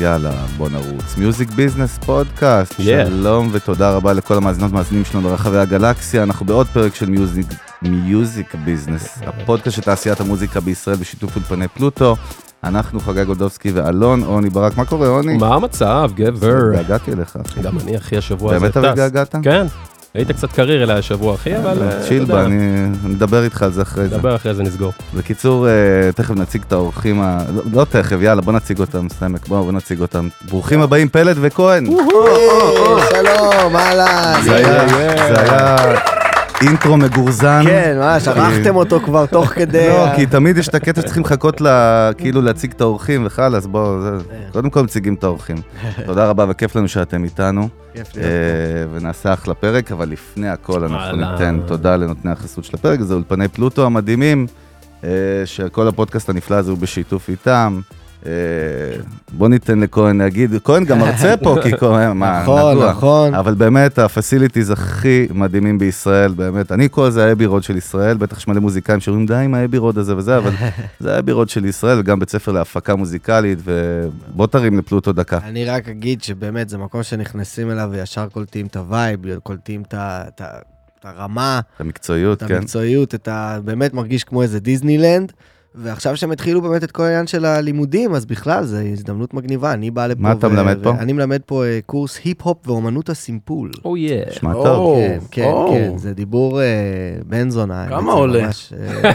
יאללה, בוא נרוץ. מיוזיק ביזנס פודקאסט, Yeah. שלום ותודה רבה לכל המאזינות והמאזינים שלנו ברחבי הגלקסיה. אנחנו בעוד פרק של מיוזיק, מיוזיק ביזנס, הפודקאסט של תעשיית המוזיקה בישראל בשיתוף אולפני פלוטו. אנחנו חגג גולדובסקי ואלון, עוני ברק, מה קורה עוני? מה המצב, גבר? התגעגעתי אליך. אחי. גם אני, אחי, השבוע הזה באמת אבל התגעגעת? כן. היית קצת קריר אליי השבוע, אחי, אבל... אה, צ'יל אתה בה, יודע, אני אני אדבר איתך על זה אחרי זה. נדבר אחרי זה, נסגור. בקיצור, אה, תכף נציג את האורחים, ה... לא- לא תכף, יאללה, בוא נציג אותם, סטמק, בוא, בוא נציג אותם. ברוכים הבאים, פלד וכהן. שלום, אהלן. זה היה- יאי. זה היה אינטרו מגורזן. כן, ממש, ערכתם אותו כבר תוך כדי... אה, לא, ה- כי תמיד יש את הקטע שצריכים לחכות ל- כאילו להציג את האורחים וחלאס, בואו, זה- קודם כל מציגים את האורחים. תודה רבה וכיף לנו שאתם איתנו, כיף אה, להיות ונעשה אחלה פרק, אבל לפני הכל אנחנו אהלן. ניתן תודה לנותני החסות של הפרק, זה אולפני פלוטו המדהימים, אה, שכל הפודקאסט הנפלא הזה הוא בשיתוף איתם. אה, בוא ניתן לכהן להגיד, כהן גם מרצה פה, כי כהן, מה, נכון, נגוע. נכון. אבל באמת, הפסיליטיז הכי מדהימים בישראל, באמת. אני קורא לזה האבי רוד של ישראל, בטח יש מלא מוזיקאים שאומרים, די עם האבי רוד הזה וזה, אבל זה האבי רוד של ישראל, וגם בית ספר להפקה מוזיקלית, ובוא תרים לפלוטו דקה. אני רק אגיד שבאמת זה מקום שנכנסים אליו וישר קולטים את הווייב, קולטים את ה- את ה- את הרמה, את המקצועיות, את כן? המקצועיות, את ה... באמת מרגיש כמו איזה דיסנילנד. ועכשיו שהם התחילו באמת את כל העניין של הלימודים, אז בכלל, זו הזדמנות מגניבה. אני בא לפה... מה אתה מלמד פה? אני מלמד פה אה, קורס היפ-הופ ואומנות הסימפול. או יא. נשמע טוב. כן, כן, כן, זה דיבור אה, בן זונה. כמה האמת, זה עולה? ממש, אה,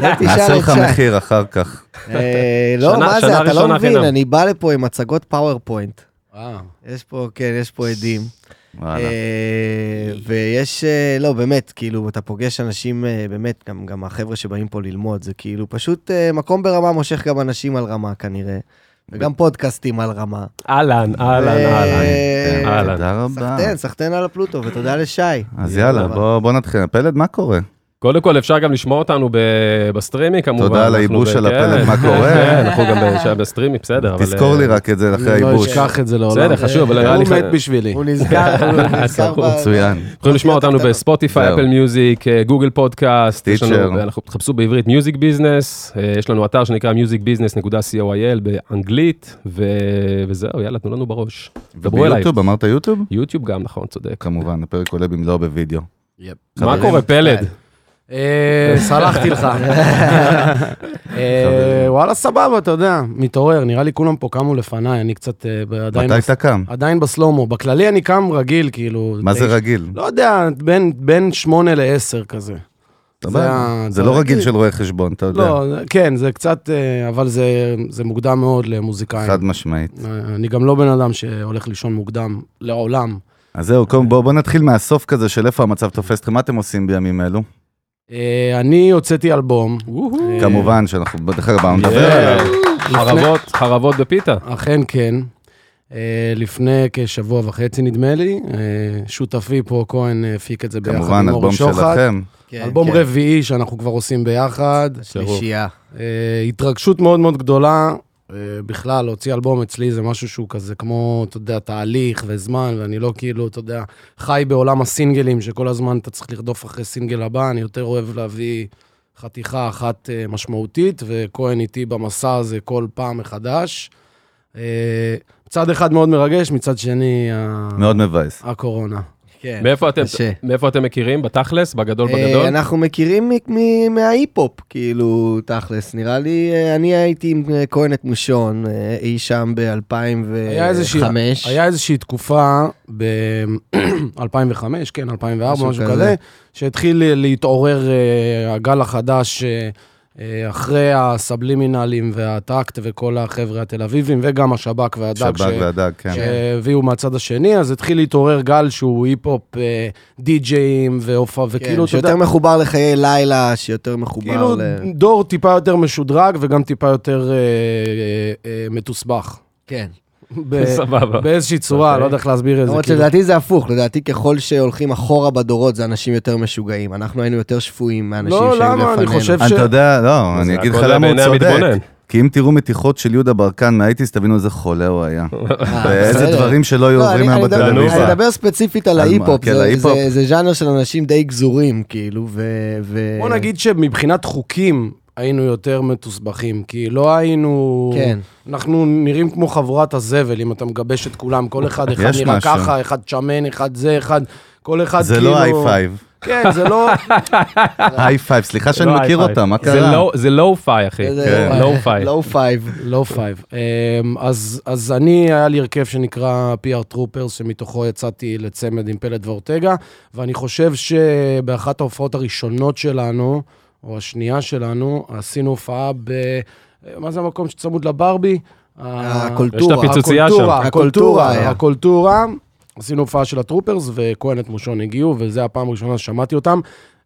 זה תשאל נעשה את לך שי. מחיר אחר כך. אה, לא, שנה- שנה מה זה, אתה לא ראשונה מבין, חינם. אני בא לפה עם הצגות פאורפוינט. וואו. יש פה, כן, יש פה עדים. וואלה. אה, ויש, אה, לא, באמת, כאילו, אתה פוגש אנשים, אה, באמת, גם- גם החבר'ה שבאים פה ללמוד, זה כאילו פשוט אה, מקום ברמה מושך גם אנשים על רמה כנראה, וגם פודקאסטים על רמה. אהלן, אהלן, אהלן. אה, כן, אהלן. תודה רבה. סחטיין, סחטיין על הפלוטו, ותודה לשי. אז יאללה, בוא בוא נתחיל. פלד, מה קורה? קודם כל, אפשר גם לשמוע אותנו ב- בסטרימי, כמובן. תודה על אנחנו הייבוש ב- של כן, הפלט, מה קורה? כן, אנחנו גם ב- שם בסטרימי, בסדר. אבל, תזכור אה, לי רק את זה אחרי אני לא הייבוש. אשכח את זה לעולם. בסדר, חשוב, אבל נראה לי... הוא מת בשבילי. הוא נזכר, הוא נזכר. ב- מצוין. יכולים לשמוע אותנו קטנות. בספוטיפיי, זהו. אפל מיוזיק, אה, גוגל פודקאסט, יש לנו- טיצ'ר. אנחנו תחפשו בעברית מיוזיק ביזנס, אה, יש לנו אתר שנקרא musicbusiness.coil באנגלית, ו- וזהו, יאללה, תנו לנו בראש. דברו אליי. וביוטיוב, אמרת יוטיוב? יוטיוב גם, נכון, צודק. כמובן, הפרק עולה במלואו בווידאו. מה חברים, קורה, פלד? אה, סלחתי לך. אה, חברים. וואלה, סבבה, אתה יודע, מתעורר, נראה לי כולם פה קמו לפניי, אני קצת אה, ב- עדיין... מתי אתה קם? עדיין בסלומו. בכללי אני קם רגיל, כאילו... מה זה תשע- רגיל? לא יודע, בין- בין שמונה לעשר כזה. אתה זה בא- ה- זה אתה לא רגיל. רגיל של רואה חשבון, אתה יודע. לא, זה- כן, זה קצת... אה, אבל זה- זה מוקדם מאוד למוזיקאים. חד משמעית. אה, אני גם לא בן אדם שהולך לישון מוקדם, לעולם. אז זהו, קודם בואו נתחיל מהסוף כזה של איפה המצב תופס אתכם, מה אתם עושים בימים אלו? אה, אני הוצאתי אלבום. אה, כמובן שאנחנו, דרך אגב, אנחנו נדבר אה, עליו. חרבות, אה, חרבות בפיתה. אכן כן. אה, לפני כשבוע וחצי נדמה לי, אה, שותפי פה כהן אה, הפיק את זה ביחד כמובן, עם אלבום אורי שוחט. אה. שלכם. כן, אלבום כן. רביעי שאנחנו כבר עושים ביחד. שלישייה. אה, התרגשות מאוד מאוד גדולה. אה, בכלל, להוציא אלבום אצלי זה משהו שהוא כזה כמו, אתה יודע, תהליך וזמן, ואני לא כאילו, אתה יודע, חי בעולם הסינגלים, שכל הזמן אתה צריך לרדוף אחרי סינגל הבא, אני יותר אוהב להביא חתיכה אחת אה, משמעותית, וכהן איתי במסע הזה כל פעם מחדש. אה, מצד אחד מאוד מרגש, מצד שני, ה- מאוד מבאס. הקורונה. כן. מאיפה אתם- קשה. מאיפה אתם מכירים? בתכלס? בגדול אה, בגדול? אנחנו מכירים מ- מ- מההיפ-הופ, כאילו, תכלס. נראה לי, אה, אני הייתי עם אה, כהן את מושון, אה, אי שם היה איזושהי- ב-2005. היה איזושהי תקופה ב-2005, כן, 2004, משהו משהו כזה. כזה, שהתחיל להתעורר אה, הגל החדש אה, אה, אחרי הסבלימינלים והטקט וכל החבר'ה התל אביבים, וגם השב"כ והדג, שב"כ והדג, כן. שהביאו מהצד השני, אז התחיל להתעורר גל שהוא היפ-הופ, אה, די-ג'אים והופעה, וכאילו, כן, כאילו, אתה יודע, שיותר מחובר לחיי לילה, שיותר מחובר כאילו ל... דור טיפה יותר משודרג וגם טיפה יותר אה, אה, אה, מתוסבך. כן. ב- סבבה. באיזושהי צורה, אוקיי. לא יודע איך להסביר את זה. למרות כאילו. שלדעתי זה הפוך, לדעתי ככל שהולכים אחורה בדורות, זה אנשים יותר משוגעים. אנחנו היינו יותר שפויים מהאנשים שהיו לא, לפנינו. למה? אני חושב ש... אתה יודע, לא, אני זה אגיד לך הכל למה הוא בעיני צודק. המתבונן. כי אם תראו מתיחות של יהודה ברקן מהאייטיז, תבינו איזה חולה הוא היה. אה, ואיזה בסדר. דברים שלא היו לא, עוברים אני- היום אני מדבר- בטלוויזיה. אני מדבר ספציפית על על מה? ההיפ-הופ, כן, זה- ההיפ-הופ. זה- זה ז'אנר של אנשים די גזורים, כאילו, ו... ו- בוא נגיד שמבחינת חוקים, היינו יותר מתוסבכים, כי לא היינו... כן. אוקיי, אנחנו נראים כמו חבורת הזבל, אם אתה מגבש את כולם, כל אחד, אחד יש נראה משהו. ככה, אחד שמן, אחד זה, אחד... כל אחד זה כאילו... לא היי פייב. כן, זה לא... היי פייב, סליחה שאני לא מכיר high five. אותה, מה זה קרה? low- זה לואו פיי, אחי. כן. לואו פיי. לואו פייב. לא פייב. אמ, אז, אז אני, היה לי הרכב שנקרא PR Troopers, שמתוכו יצאתי לצמד עם פלד ואורטגה, ואני חושב שבאחת ההופעות הראשונות שלנו, או השנייה שלנו, עשינו הופעה ב... מה זה המקום שצמוד לברבי? הקולטורה. יש את הפיצוצייה שם. הקולטורה, הקולטורה אה. הקולטורה, היה. הקולטורה. עשינו הופעה של הטרופרס, וכהן את מושון הגיעו, וזו הפעם הראשונה ששמעתי אותם.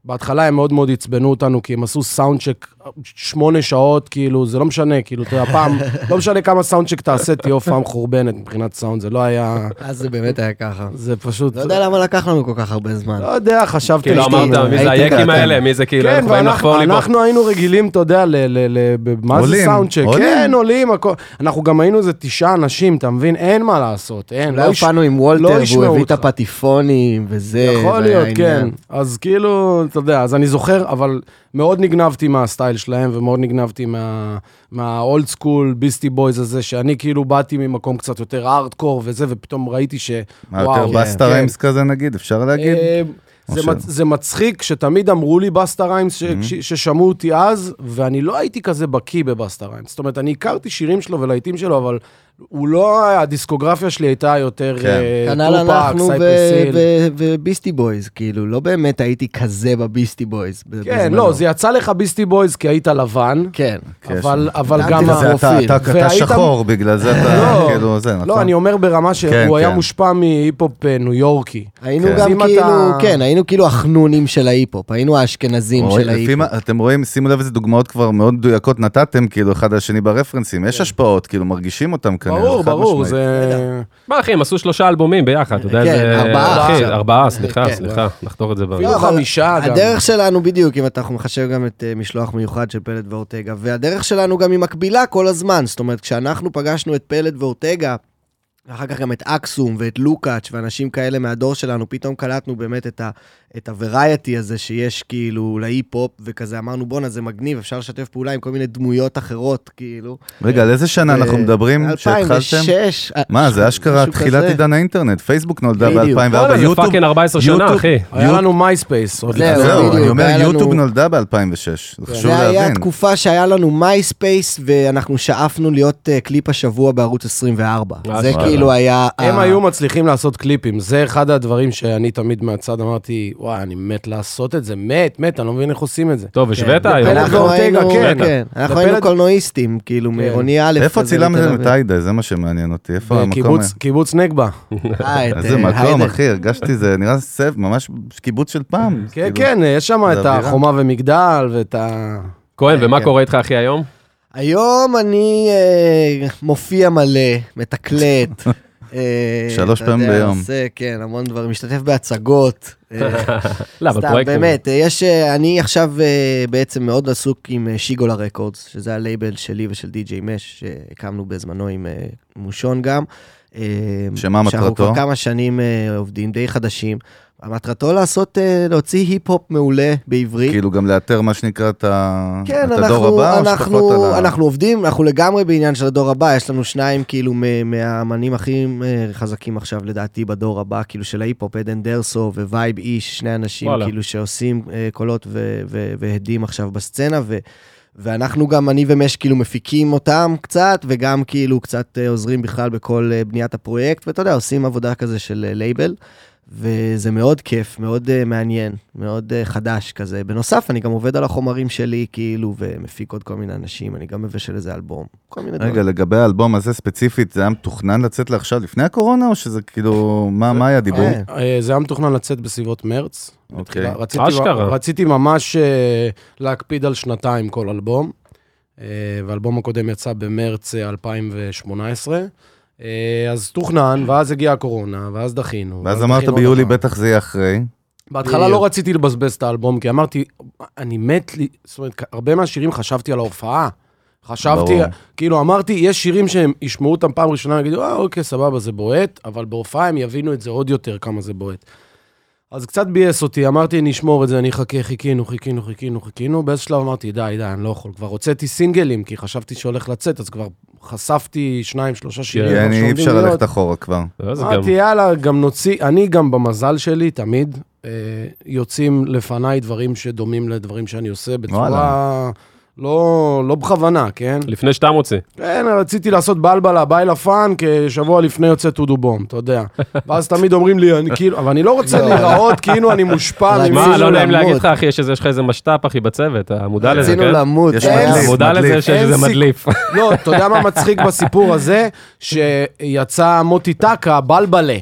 בהתחלה הם מאוד מאוד עצבנו אותנו, כי הם עשו סאונדשק שמונה שעות, כאילו, זה לא משנה, כאילו, אתה יודע, פעם, לא משנה כמה סאונדשק תעשה, תהיה הופעה מחורבנת מבחינת סאונד, זה לא היה... אז זה באמת היה ככה. זה פשוט... לא יודע למה לקח לנו כל כך הרבה זמן. לא יודע, חשבתי... כאילו שאתם- אמרת, מי זה הייתם היקים קטן. האלה? מי זה כאילו, כן, אנחנו באים לחפור ואנחנו לי פה. אנחנו היינו רגילים, אתה יודע, ל... ל- ל- ב- מה זה עולים, סאונדשק? עולים. כן, עולים, הכל. אנחנו גם היינו איזה תשעה אנשים, אתה מבין? אין מה לעשות, אין. אולי לא יש- הופענו עם לא וולטר ישמעו והוא הביא את אותך. הפטיפונים וזה. אה, יכול והיה להיות, כן. עניין. אז כאילו, אתה יודע, אז אני זוכר, אבל מאוד נגנבתי מהסטייל שלהם, ומאוד נגנבתי מה- מהאולד סקול ביסטי בויז הזה, שאני כאילו באתי ממקום קצת יותר ארדקור וזה, ופתאום ראיתי ש... מה, יותר כן, בסטה כן. ריימס כזה נגיד, אפשר להגיד? אה, זה, משה. מצ, זה מצחיק שתמיד אמרו לי בסטה ריימס ש, mm-hmm. ששמעו אותי אז, ואני לא הייתי כזה בקיא בבסטה ריימס. זאת אומרת, אני הכרתי שירים שלו ולהיטים שלו, אבל הוא לא, הדיסקוגרפיה שלי הייתה יותר כן. אה, כנ"ל טופק, אנחנו סייפרס ו- היל. ו- וביסטי בויז, כאילו, לא באמת הייתי כזה בביסטי בויז. ב- כן, בזמנו. לא, זה יצא לך ביסטי בויז כי היית לבן, כן. כן, אבל, אבל נעמתי גם... בגלל ה- זה אתה- הפרופיל. אתה- אתה והיית- שחור, בגלל זה אתה, לא, כאילו, זה, נכון? לא, אני אומר ברמה שהוא כן, היה כן. מושפע מהיפ-הופ אה, ניו יורקי. היינו כן. אם גם אתה- כאילו, כן, היינו כאילו החנונים של ההיפ-הופ, היינו האשכנזים רואים, של לפי ההיפ-הופ. מה- אתם רואים, שימו לב איזה דוגמאות כבר מאוד מדויקות נתתם, כאילו, אחד על השני ברפרנסים. כן. יש השפעות, כאילו, מרגישים אותם כנראה. ברור, חד ברור, משמעית. זה... מה אחי, הם עשו שלושה אלבומים ביחד, אתה יודע כן, איזה... ארבעה. אחי, ארבעה, סליחה, כן. סליחה, נחתור את זה ב... אפילו לא, אבל חמישה גם. הדרך שלנו בדיוק, אם אתה- אנחנו מחשב גם את אה, משלוח מיוחד של פלד ואורטגה, והדרך שלנו גם היא מקבילה כל הזמן. זאת אומרת, כשאנחנו פגשנו את פלד ואורטגה, ואחר כך גם את אקסום ואת לוקאץ' ואנשים כאלה מהדור שלנו, פתאום קלטנו באמת את, ה, את הוורייטי הזה שיש כאילו להיפ-הופ, וכזה אמרנו, בואנה, זה מגניב, אפשר לשתף פעולה עם כל מיני דמויות אחרות, כאילו. רגע, על איזה שנה אנחנו אה, מדברים? שהתחלתם? 2006. אה, מה, זה אשכרה משהו תחילת כזה. עידן האינטרנט, פייסבוק נולדה בדיוק. ב-2004, וואלה, זה יוטיוב... פאקינג 14 שנה, יוטיוב- אחי. היה לנו מייספייס. עוד זהו, לפני. זהו, אני בדיוק, אומר, היה לנו- יוטיוב נולדה ב-2006, זה חשוב זה היה להבין. תקופה שהיה לנו מייספייס, ואנחנו שאפנו להיות אה, קליפ השבוע בערוץ 24. אה, זה וואלה. כאילו היה... הם ה- היו מצליחים לעשות קליפים, זה אחד הדברים שאני תמיד מהצד אמרתי, וואי, אני מת לעשות את זה, מת, מת, אני לא מבין איך עושים את זה. טוב, כן. השווית היום. בפלט אנחנו ואורטגה, היינו- כן. כן, אנחנו היינו בפלט- קולנועיסטים, כאילו, מעירוני א'. כן. איפה כזה צילמתם בתל את היידה? זה מה שמעניין אותי, איפה המקום? קיבוץ- קיבוץ נגבה. כן, אביב. אה, את, איזה אה, מקום, היידן. אחי, הרגשתי, זה נראה סב, ממש קיבוץ של פעם. כן, כאילו. כן, יש שם זה את אווירה. החומה ומגדל ואת ה... כהן, ומה כן. קורה איתך, אחי, היום? היום אני אה, מופיע מלא, מתקלט. אה, שלוש אתה פעמים יודע, ביום. עושה, כן, המון דברים, משתתף בהצגות. אה, לא, אבל סתם, פרויקטים. באמת, אה, יש, אה, אני עכשיו אה, בעצם מאוד עסוק עם אה, שיגולה רקורדס, שזה הלייבל שלי ושל די.ג'יי מש, שהקמנו בזמנו עם אה, מושון גם. אה, שמה שאנחנו מטרתו? כבר כמה שנים אה, עובדים די חדשים. מטרתו לעשות, אה, להוציא היפ-הופ מעולה בעברית. כאילו גם לאתר מה שנקרא את ה- אוקיי. כן, את הדור אנחנו, הבא, או שפחות על אנחנו, ה... אנחנו עובדים, אנחנו לגמרי בעניין של הדור הבא, יש לנו שניים כאילו מ- מהאמנים הכי אה, חזקים עכשיו לדעתי בדור הבא, כאילו של ההיפ-הופ, עדן דרסו ווייב איש, שני אנשים וואלה. כאילו שעושים אה, קולות ו- ו- והדים עכשיו בסצנה, ו- ואנחנו גם, אני ומש כאילו מפיקים אותם קצת, וגם כאילו קצת אה, עוזרים בכלל בכל אה, בניית הפרויקט, ואתה יודע, עושים עבודה כזה של אה, לייבל. וזה מאוד כיף, מאוד uh, מעניין, מאוד uh, חדש כזה. בנוסף, אני גם עובד על החומרים שלי, כאילו, ומפיק עוד כל מיני אנשים, אני גם מבשל איזה אלבום, כל מיני רגע, דברים. לגבי האלבום הזה ספציפית, זה היה מתוכנן לצאת לעכשיו לפני הקורונה, או שזה כאילו, מה מה היה הדיבור? אה, אה, זה היה מתוכנן לצאת בסביבות מרץ. אוקיי. בתחילה. רציתי- אשכרה. רציתי ממש אה, להקפיד על שנתיים כל אלבום, אה, והאלבום הקודם יצא במרץ אה, 2018. אה, אז תוכנן, ואז הגיעה הקורונה, ואז דחינו. ואז דחינו אמרת לא עוד ביולי, פעם. בטח זה יהיה אחרי. בהתחלה לא רציתי לבזבז את האלבום, כי אמרתי, אני מת לי, זאת אומרת, הרבה מהשירים חשבתי על ההופעה. חשבתי, ברור. כאילו אמרתי, יש שירים שהם ישמעו אותם פעם ראשונה, יגידו, אה, אוקיי, סבבה, זה בועט, אבל בהופעה הם יבינו את זה עוד יותר, כמה זה בועט. אז קצת ביאס אותי, אמרתי, נשמור את זה, אני אחכה, חיכינו, חיכינו, חיכינו, חיכינו. באיזשהו שלב אמרתי, די, די, אני לא יכול. כבר הוצאתי סינגלים, כי חשבתי שהולך לצאת, אז כבר חשפתי שניים, שלושה שירים. כן, אי שעומדים אפשר להיות. ללכת אחורה כבר. ואז אה, גם... אמרתי, יאללה, גם נוציא, אני גם במזל שלי, תמיד, אה, יוצאים לפניי דברים שדומים לדברים שאני עושה בצורה... וואלה. לא, לא בכוונה, כן? לפני שאתה מוצא. כן, רציתי לעשות בלבלה, ביי לפאן, כשבוע לפני יוצא טודו בום, אתה יודע. ואז תמיד אומרים לי, אני כאילו, אבל אני לא רוצה להיראות כאילו אני מושפע רצינו מה, ממישהו. לא נעים לעמוד. להגיד לך, אחי, יש איזה- יש לך איזה משת"פ, אחי, בצוות, אתה מודע לזה, רצינו כן? למות. אה, יש אין מדליף. אתה מודע לזה מדליף. שיש איזה אין סיכוי. מדליף. לא, אתה יודע מה מצחיק בסיפור הזה? שיצא מוטי טקה, בלבלה.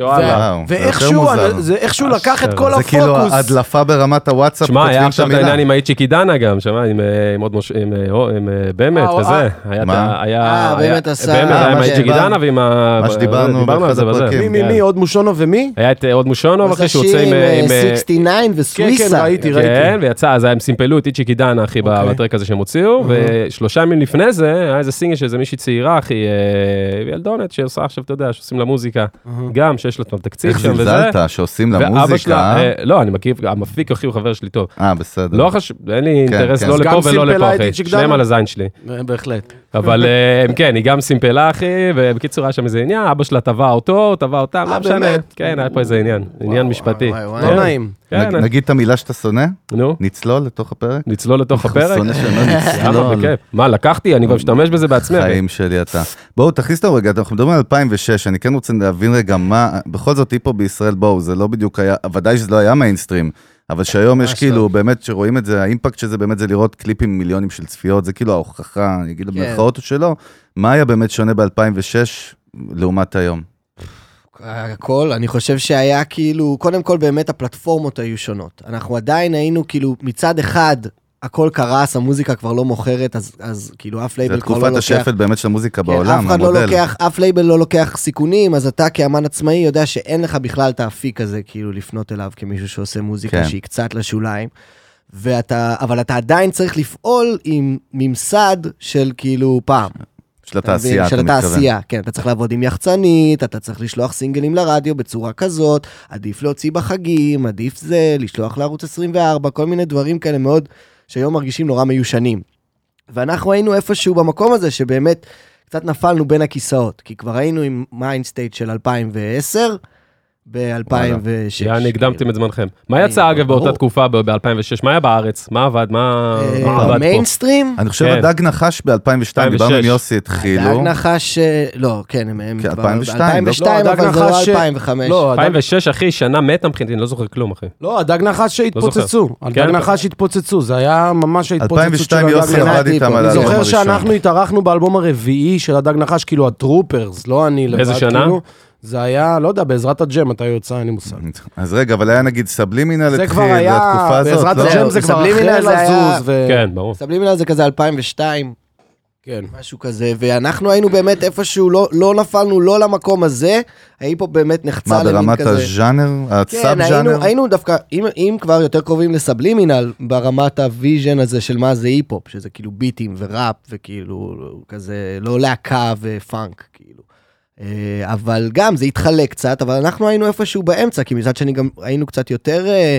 וואלה. וואו, זה יותר ואיכשהו, מוזר. זה איכשהו לקח את כל זה הפוקוס. כאילו הדלפה ברמת הוואטסאפ, שמע, היה כותבים את עכשיו את המילה. העניין עם האיצ'יקי דנה גם, שמע, עם, אה, עם עוד מוש... עם, אה, הו- עם אה, באמת אה, וזה. אה. היה... את מה? ה- היה- אה, היה- באמת עשה- באמת, אה, היה עם מה האיצ'יקי שדיברנו. דנה ועם ה... מה שדיברנו דיברנו על באחד זה וזה. הפרקים. מי, כן. מי, מי, עוד מושונוב ומי? היה את אה, עוד מושונוב, אחי, שהוא יוצא עם... אה, עם, אה, 69 כן, וסוויסה. כן, ראיתי, כן, ראיתי. ויצא, אז היה הם סימפלו את איצ'יקי דנה, אחי, ב- אוקיי. בטרק הזה שהם הוציאו, ושלושה ימים לפני זה, היה איזה סינגל של איזה מישהי צעירה, אחי, אה, ילדונת, שעושה עכשיו, אתה יודע, שעושים לה מוזיקה, גם, שיש לה את תקציב איך שם וזה. זלזלת, שעושים לה ואבא שלה, מוזיקה. אה, לא, אני מכיר, המפיק, אחי, הוא חבר שלי טוב. אה, בסדר. לא חשוב, אין לי אינטרס כן. לא אז לפה גם ולא סימפלה לפה, את אחי. איציק שניהם דנה? על הזין שלי. בהחלט. אבל אה, הם כן, היא גם סימפלה, אחי, ובקיצור היה שם איזה עניין, אבא שלה תבע אותו, תבע אותה, לא אה, משנה. באמת? כן, היה פה איזה עניין, עניין משפטי. וואי, וואי. כן, לא נעים. כן, נג- נגיד את המילה שאתה שונא, נו, נצלול לתוך הפרק. נצלול לתוך הפרק. שונא שלא למה, נצלול. בכיף. מה, לקחתי? אני כבר משתמש בזה בעצמי. אחי. חיים שלי אתה. בואו תכניס אותנו רגע, אנחנו מדברים על 2006, אני כן רוצה להבין רגע מה, בכל זאת היפו בישראל, בואו, זה לא בדיוק היה, ודאי שזה לא היה מיינסטרים, אבל שהיום יש לא. כאילו, באמת, שרואים את זה, האימפקט של זה באמת זה לראות קליפים עם מיליונים של צפיות, זה כאילו ההוכחה, אני כן. אגיד במרכאות או שלא, מה היה באמת שונה ב-2006 לעומת היום? אה, הכל, אני חושב שהיה כאילו, קודם כל באמת הפלטפורמות היו שונות. אנחנו עדיין היינו כאילו, מצד אחד, הכל קרס, המוזיקה כבר לא מוכרת, אז, אז כאילו אף זה לייבל כבר לא תקופת לוקח... השפל באמת של המוזיקה בעולם, אף אחד לא המודל. לוקח, אף לייבל לא לוקח סיכונים, אז אתה כאמן עצמאי יודע שאין לך בכלל את האפיק הזה, כאילו, לפנות אליו כמישהו שעושה מוזיקה כן. כן. שהיא קצת לשוליים. ואתה, אבל אתה עדיין צריך לפעול עם ממסד של כאילו פעם. של אתה מבין? התעשייה, אתה של מתכוון. התעשייה, כן. אתה צריך לעבוד עם יחצנית, אתה צריך לשלוח סינגלים לרדיו בצורה כזאת, עדיף להוציא בחגים, עדיף זה, לשלוח לערוץ 24, כל מיני דברים כאלה מאוד, שהיום מרגישים נורא מיושנים. ואנחנו היינו איפשהו במקום הזה, שבאמת קצת נפלנו בין הכיסאות, כי כבר היינו עם מיינסטייט של 2010 ב-2006. יעני, הקדמתם את זמנכם. מה יצא, אה, אגב, ברור. באותה תקופה, ב-2006? מה היה בארץ? מה עבד? אה, מה מה לא עבד פה? במיינסטרים? אני חושב כן. הדג נחש ב-2002, דיברנו עם 2006. יוסי, התחילו. דג נחש, אה, לא, כן, הם... הם כן, כבר- 2002, 2002, לא, דג אבל זה לא נחש ש- 2005. לא, הדג- 2006, אחי, שנה מתה מבחינתי, אני לא זוכר כלום, אחי. אה, לא, הדג נחש שהתפוצצו. הדג כן, נחש התפוצצו, זה היה ממש ההתפוצצות של 2002 לא הדג יוסי נחש. עבד איתם על אני אני האלבום זוכר הראשון. שאנחנו התארחנו באלבום הרביעי של הדג נחש, כאילו הטרופרס, לא אני לבד. באיזה שנה? כאילו. זה היה, לא יודע, בעזרת הג'ם, מתי יוצא, אין לי מושג. אז רגע, אבל היה נגיד סבלימינל זה התחיל, כבר היה, בתקופה הזאת, בעזרת לא? הג'ם זה כבר מסבלים אחרי מן זה היה- לזוז. ו- כן, ברור. סבלימינל זה כזה 2002, כן. משהו כזה, ואנחנו היינו באמת איפשהו, לא, לא נפלנו לא למקום הזה, ההיפ-הופ באמת נחצה מה, למין ברמת כזה. הז'אנר? הסאב כן, ז'אנר? היינו, היינו דווקא, אם, אם כבר יותר קרובים לסבלימינל, ברמת הוויז'ן הזה של מה זה היפ-הופ, שזה כאילו ביטים וראפ, וכאילו כזה לא להקה ופאנק, כאילו. אה, אבל גם זה התחלק קצת, אבל אנחנו היינו איפשהו באמצע, כי מצד שני גם היינו קצת יותר אה,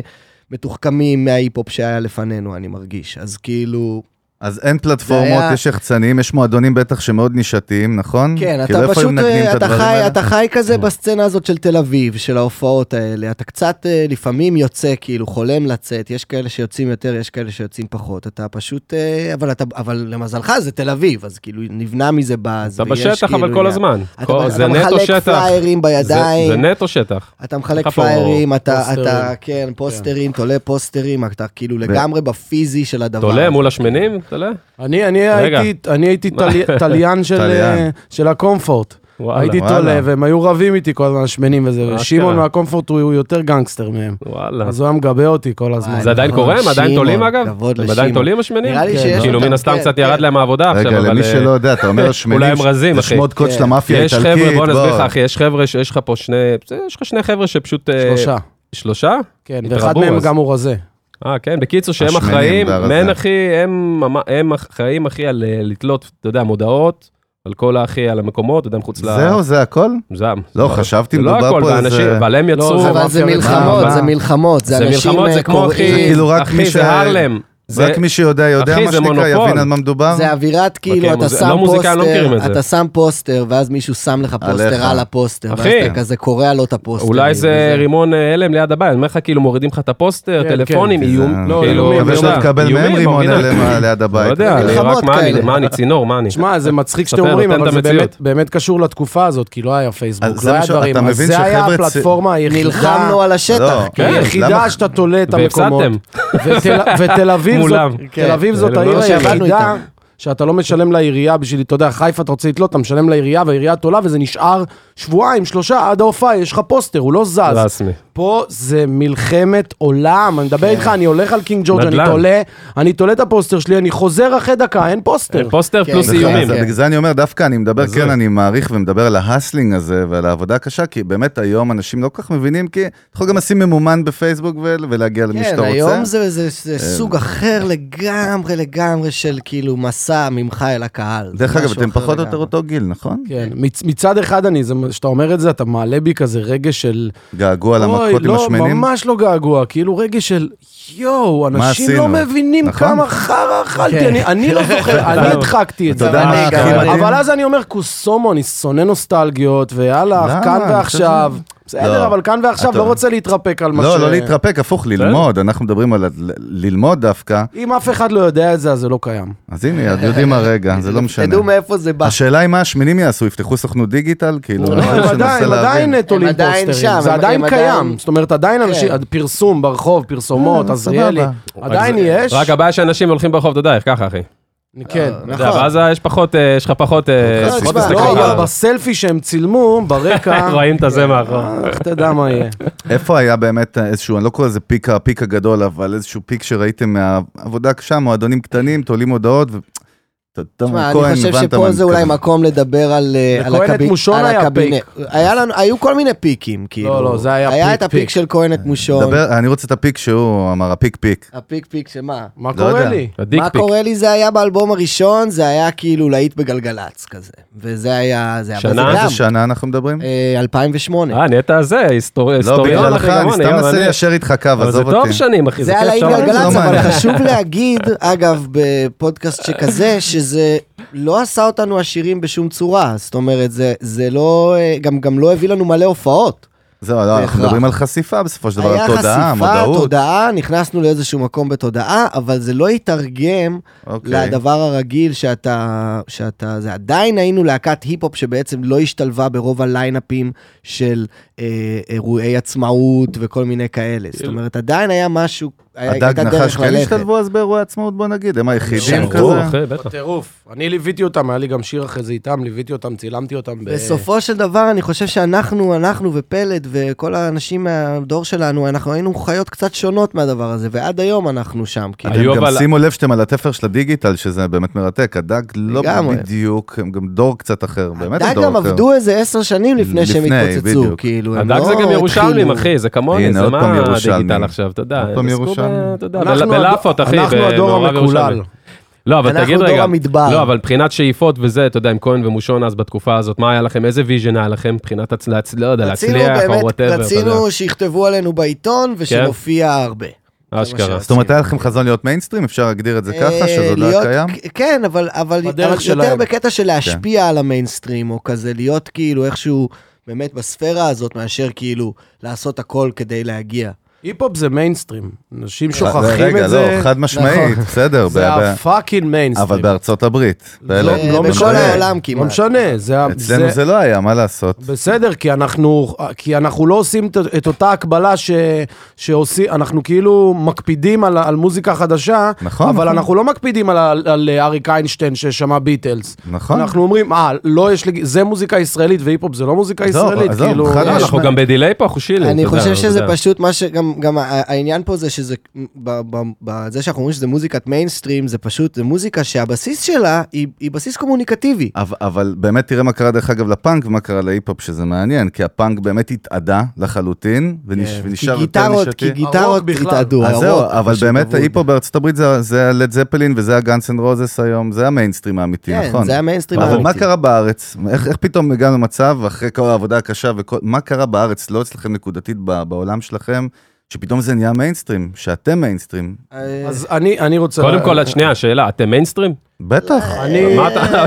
מתוחכמים מההיפ-הופ שהיה לפנינו, אני מרגיש. אז כאילו, אז אין פלטפורמות, זה היה- יש יחצנים, יש מועדונים בטח שמאוד נישתיים, נכון? כן, כאילו, אתה איפה הם פשוט, מנגנים את אה, אתה הדברים חי, האלה? כן. אתה חי כזה בסצנה הזאת של תל אביב, של ההופעות האלה. אתה קצת אה, לפעמים יוצא, כאילו חולם לצאת, יש כאלה שיוצאים יותר, יש כאלה שיוצאים פחות. אתה פשוט, אה, אבל אתה, אבל למזלך זה תל אביב, אז כאילו נבנה מזה באז. אתה ויש בשטח, כאילו אבל כל עניין. הזמן. אתה- כל- אתה זה נטו מחלק שטח. פליירים זה- בידיים. זה נטו שטח. אתה מחלק לך פה פליירים, אתה, פוסטרים. אתה, כן, פוסטרים, תולה פוסטרים, אתה כאילו לגמרי בפיזי של הדבר. תולה הזה. מול השמנים? תולה? אני, אני רגע. הייתי, אני הייתי טלי- תליין של, תליין. אה, של הקומפורט. וואלה. הייתי וואלה. תולה, והם היו רבים איתי כל הזמן, השמנים וזה, אשכרה. ושמעון מהקומפורט הוא הוא יותר גנגסטר מהם. וואלה. אז הוא היה מגבה אותי כל הזמן. זה עדיין נכון, קורה? הם עדיין שמעון, תולים אגב? כבוד הם עדיין לשמעון. תולים השמנים? נראה לי כן, שיש כאילו אותם, מן הסתם כן, קצת כן. ירד להם העבודה עכשיו, רגע, אבל... למי אה, שלא יודע, אתה אומר שמנים, אולי הם רזים, זה אחי. שמות כן. קוד של המאפיה יש חבר'ה, האיטלקית, בוא נסביר לך, כן, בוא. אחי, יש חבר'ה, ש- יש לך פה שני... זה, יש לך שני חבר'ה שפשוט... אה, שלושה. שלושה? כן, התרבו ואחד מהם אז. גם הוא רזה. אה, כן, בקיצור, שהם השמנים אחראים, והרזה. מן אחי, הם ממ- הם אחראים, אחי, על אה, לתלות, אתה יודע, מודעות. על כל האחי, על המקומות, אתה יודע, מחוץ ל... זהו, זה הכל? זעם. לא, חשבתי, זה לא מדובר הכל, פה זה איזה- אנשים, אבל הם יצרו... זה אבל מאפיה זה לבן. מלחמות, מה? זה מלחמות, זה זה אנשים מלחמות, זה אה, כמו זה אחי, כאילו רק מי אחי ש- זה הרלם. זה- רק מי שיודע, יודע אחי, מה זה שנקרא, מונופול. יבין על מה מדובר. זה אווירת כאילו, אוקיי, אתה מוז- שם לא מוזיקאים לא מכירים את פוסטר, זה. אתה שם פוסטר, ואז מישהו שם לך עליך. פוסטר על הפוסטר, ואז אחי. אתה כזה קורע לו את הפוסטר. כאילו, אולי זה רימון אה, הלם ליד הבית, אני אומר לך, כאילו מורידים לך את הפוסטר, כן, טלפונים, כן, איום, זה- לא, כאילו, איומים, מקווה אתה שלא יודע, תקבל מהם איומים, רימון מורידים. הלם על- ליד הבית. נכון. לא יודע, אני רק מלחמות מה אני, כאלה. מה אני, צינור, מה אני? שמע, זה מצחיק שאתם ספר, אומרים, נותן אבל את זה המציאות. באמת- באמת קשור לתקופה הזאת, כי לא היה פייסבוק, אז לא זה היה מה ש- דברים, אתה אז מבין זה היה שחבר'ה צ- הפלטפורמה היחידה. נלחמנו על השטח. לא, כן. כן, למה- היחידה שאתה תולה את המקומות. והפסדתם. ותל- ותל אביב זאת- מולם. תל אביב כן. זאת אלה העיר לא שעבדנו היחידה איתם. שאתה לא משלם לעירייה בשביל, אתה יודע, חיפה אתה רוצה לתלות, אתה משלם לעירייה והעירייה תולה וזה נשאר שבועיים, שלושה, עד ההופעה, יש לך פוסטר, הוא לא זז. רסמי. פה זה מלחמת עולם, אני כן. מדבר איתך, אני הולך על קינג ג'ורג', אני נדל"ן. תולה, אני תולה את הפוסטר שלי, אני חוזר אחרי דקה, אין פוסטר. פוסטר כן. פלוס זה- איומים. נכון, זה- בגלל זה אני אומר, דווקא אני מדבר, זה- כן, אני מעריך ומדבר על ההסלינג הזה ועל העבודה הקשה, כי באמת היום אנשים לא כל כך מבינים, כי אתה יכול גם לשים ממומן בפייסבוק ו- ולהגיע למי כן, שאתה רוצה. היום זה, זה, זה סוג אחר לגמרי לגמרי של כאילו מסע ממך אל הקהל. דרך זה אגב, משהו אתם אחר פחות או לגמרי. יותר אותו גיל, נכון? כן, מצ- מצד אחד אני, זה- כשאתה אומר את זה, אתה מעלה בי כזה רגש של... געגוע למכות עם לא, השמנים? ממש לא געגוע, כאילו רגש של יואו, אנשים עשינו?" לא מבינים נכון? כמה חרא אכלתי, כן. אני- אני לא זוכר, אני הדחקתי את אתה זה. יודע מה הכי אבל אני- מדהים? אבל אז אני אומר, קוסומו, אני שונא נוסטלגיות, למה? ויאללה, כאן אני חושב ועכשיו. לא. בסדר, אבל כאן ועכשיו אתה- לא רוצה להתרפק על מה ש... לא, אה, לא להתרפק, כן. הפוך, ללמוד. אנחנו מדברים על ה- ל- ללמוד דווקא, אם אף אחד לא יודע את זה, אז זה לא קיים. אז הנה, אז יודעים מה רגע, זה לא משנה. תדעו מאיפה זה בא. השאלה היא מה השמנים יעשו, יפתחו סוכנות דיגיטל? כאילו, לא, אני הם חושב עדיין, שננסה הם להבין. עדיין תולים עדיין פוסטרים, שם, זה הם- עדיין הם קיים. עדיין- זאת אומרת, עדיין אנשים, כן. פרסום ברחוב, פרסומות, אה, עזריאלי, סבבה. עדיין רק- יש. רק הבעיה שאנשים הולכים ברחוב, אתה יודע איך, ככה אחי. אתה כן. יודע, נכון. ואז יש פחות, אה, יש לך פחות, אה, לא, פחות תשמע, הסתכלות. לא, עליו. אבל בסלפי שהם צילמו, ברקע, רואים את הזה מאחור. אה, איך תדע מה יהיה. איפה היה באמת איזשהו, אני לא קורא לזה פיק, הפיק הגדול, אבל איזשהו פיק שראיתם מהעבודה הקשה, מועדונים קטנים, תולים הודעות, ו... אתה יודע מה, תשמע, כהן, אני חושב הבנת מה שפה אני זה אולי מתכוון. מקום לדבר על אה, על לכהן את הקבי- מושון על היה הקבינט. היה לנו, היו כל מיני פיקים, כאילו. לא, זה היה היה פיק, את הפיק פיק. של כהן את מושון. דבר, אני רוצה את הפיק שהוא אמר, הפיק פיק. הפיק פיק של מה? מה לא יודע. קורה לי? הדיק מה פיק. קורה לי זה היה באלבום הראשון, זה היה כאילו להיט בגלגלצ כזה. וזה היה... זה היה- שנה? אבל זה אה, גם, איזה שנה אנחנו מדברים? אה, 2008. אה, נהיית זה, היסטור- לא, היסטוריון. בגלל אחי, לך, גם אני סתם אבל מנסה אני- ליישר איתך קו, אבל זה עזוב אותי. טוב שנים, אחי. זה על כיף האי שאתה אומר את גלגלצ, גלגלצ, לא אבל מעניין. חשוב להגיד, אגב, בפודקאסט שכזה, שזה לא עשה אותנו עשירים בשום צורה. זאת אומרת, זה- זה לא... אה, גם גם לא הביא לנו מלא הופעות. זהו, לא, אנחנו בהכרח. מדברים על חשיפה בסופו של דבר, היה על תודעה, חשיפה, מודעות. תודעה, נכנסנו לאיזשהו מקום בתודעה, אבל זה לא התרגם אוקיי. לדבר הרגיל שאתה, שאתה, זה עדיין היינו להקת היפ-הופ שבעצם לא השתלבה ברוב הליינאפים של אה, אירועי עצמאות וכל מיני כאלה. זאת אומרת, עדיין היה משהו, היה- הדג הייתה נחש דרך כן ללכת. השתלבו אז באירועי עצמאות, בוא נגיד, הם היחידים ברור, כזה. אחי, בטח. טירוף. אני ליוויתי אותם, היה לי גם שיר אחרי זה איתם, ליוויתי אותם, צילמתי אותם. ב- בסופו של דבר, אני חושב שאנחנו, אנחנו ופלד וכל האנשים מהדור שלנו, אנחנו היינו חיות קצת שונות מהדבר הזה, ועד היום אנחנו שם. כאילו. היו אתם גם אבל- שימו לב שאתם על התפר של הדיגיטל, שזה באמת מרתק, הדג לא לגמרי. בדיוק, הם גם דור קצת אחר, באמת הם הדג דור אחר. גם עבדו איזה עשר שנים לפני שהם לפני, התפוצצו, בדיוק. כאילו, הם הדג זה לא גם ירושלמים, התחילו- אחי, זה כמוני, הנה, זה עוד פעם מה ירושלמים. הדיגיטל עכשיו, אתה יודע. עוד פעם עסקו ב- ירושלמים. אתה יודע, אנחנו בל- הדור- בלאפות, אחי, אנחנו הדור במעורב המקולל. ירושלמי. לא, אבל אנחנו תגיד רגע. דור המדבר. לא, אבל מבחינת שאיפות וזה, אתה יודע, עם כהן ומושון אז בתקופה הזאת, מה היה לכם, איזה ויז'ן היה לכם מבחינת, הצ- להצ- לא יודע, רצינו להצליח או באמת- וואטאבר, אתה יודע. כן. רצינו שיכתבו עלינו בעיתון ושנופיע הרבה. אשכרה. זאת אומרת, היה לכם חזון להיות מיינסטרים? אפשר להגדיר את זה ככה, אה, שזה עוד לא להיות- היה קיים? כן. כן, אבל אבל- בדרך אבל יותר שלהם. בקטע של להשפיע על המיינסטרים, או כזה להיות כאילו איכשהו באמת בספירה הזאת, מאשר כאילו לעשות הכל כדי להגיע. היפ-הופ זה מיינסטרים. אנשים רגע, שוכחים את לא, זה, חד נכון. משמעית, בסדר, זה ב- ב- הפאקינג מיינסטרים. אבל בארצות הברית. לא, באלה. לא בכל משנה. העולם כמעט. לא משנה, זה... ה- אצלנו זה לא היה, מה לעשות? בסדר, כי אנחנו, כי אנחנו לא עושים את, את אותה הקבלה ש, שעושים, אנחנו כאילו מקפידים על, על מוזיקה חדשה, נכון, אבל נכון. אנחנו לא מקפידים על, על, על אריק איינשטיין ששמע ביטלס. נכון. אנחנו אומרים, אה, לא, יש לי, זה מוזיקה ישראלית והיפ-הופ זה לא מוזיקה עזוב, ישראלית, עזוב, כאילו... חד לא, משמעית. אנחנו גם בדיליי פה, אנחנו שילים. אני כן, אתה יודע, חושב אתה שזה יודע. פשוט מה שגם גם, גם ה- העניין פה זה שזה, ב- ב- ב- זה שאנחנו אומרים שזה מוזיקת מיינסטרים, זה פשוט, זה מוזיקה שהבסיס שלה היא, היא בסיס קומוניקטיבי. אבל, אבל באמת תראה מה קרה דרך אגב לפאנק ומה קרה להיפ-הופ שזה מעניין, כי הפאנק באמת התאדה לחלוטין, ונש, כן. ונשאר כי יותר גיטרות, נישתי. כי גיטרות הרוק בכלל. התאדו, אז זהו, הרוק, אבל פשוט באמת אבוד. ההיפו בארצות הברית זה- זה הלד זפלין וזה הגאנס אנד רוזס היום, זה המיינסטרים האמיתי, כן, נכון? זה המיינסטרים אבל מה האמיתי. קרה בארץ? איך, איך פתאום הגענו למצב, אחרי כל העבודה הקשה, וכל, מה קרה בארץ, לא אצלכם נקודתית, ב, בעולם שלכם, שפתאום זה נהיה מיינסטרים, שאתם מיינסטרים? אה, אז אני, אני רוצה... קודם כל, שנייה, שאלה, אתם מיינסטרים? בטח. אני... מה אתה...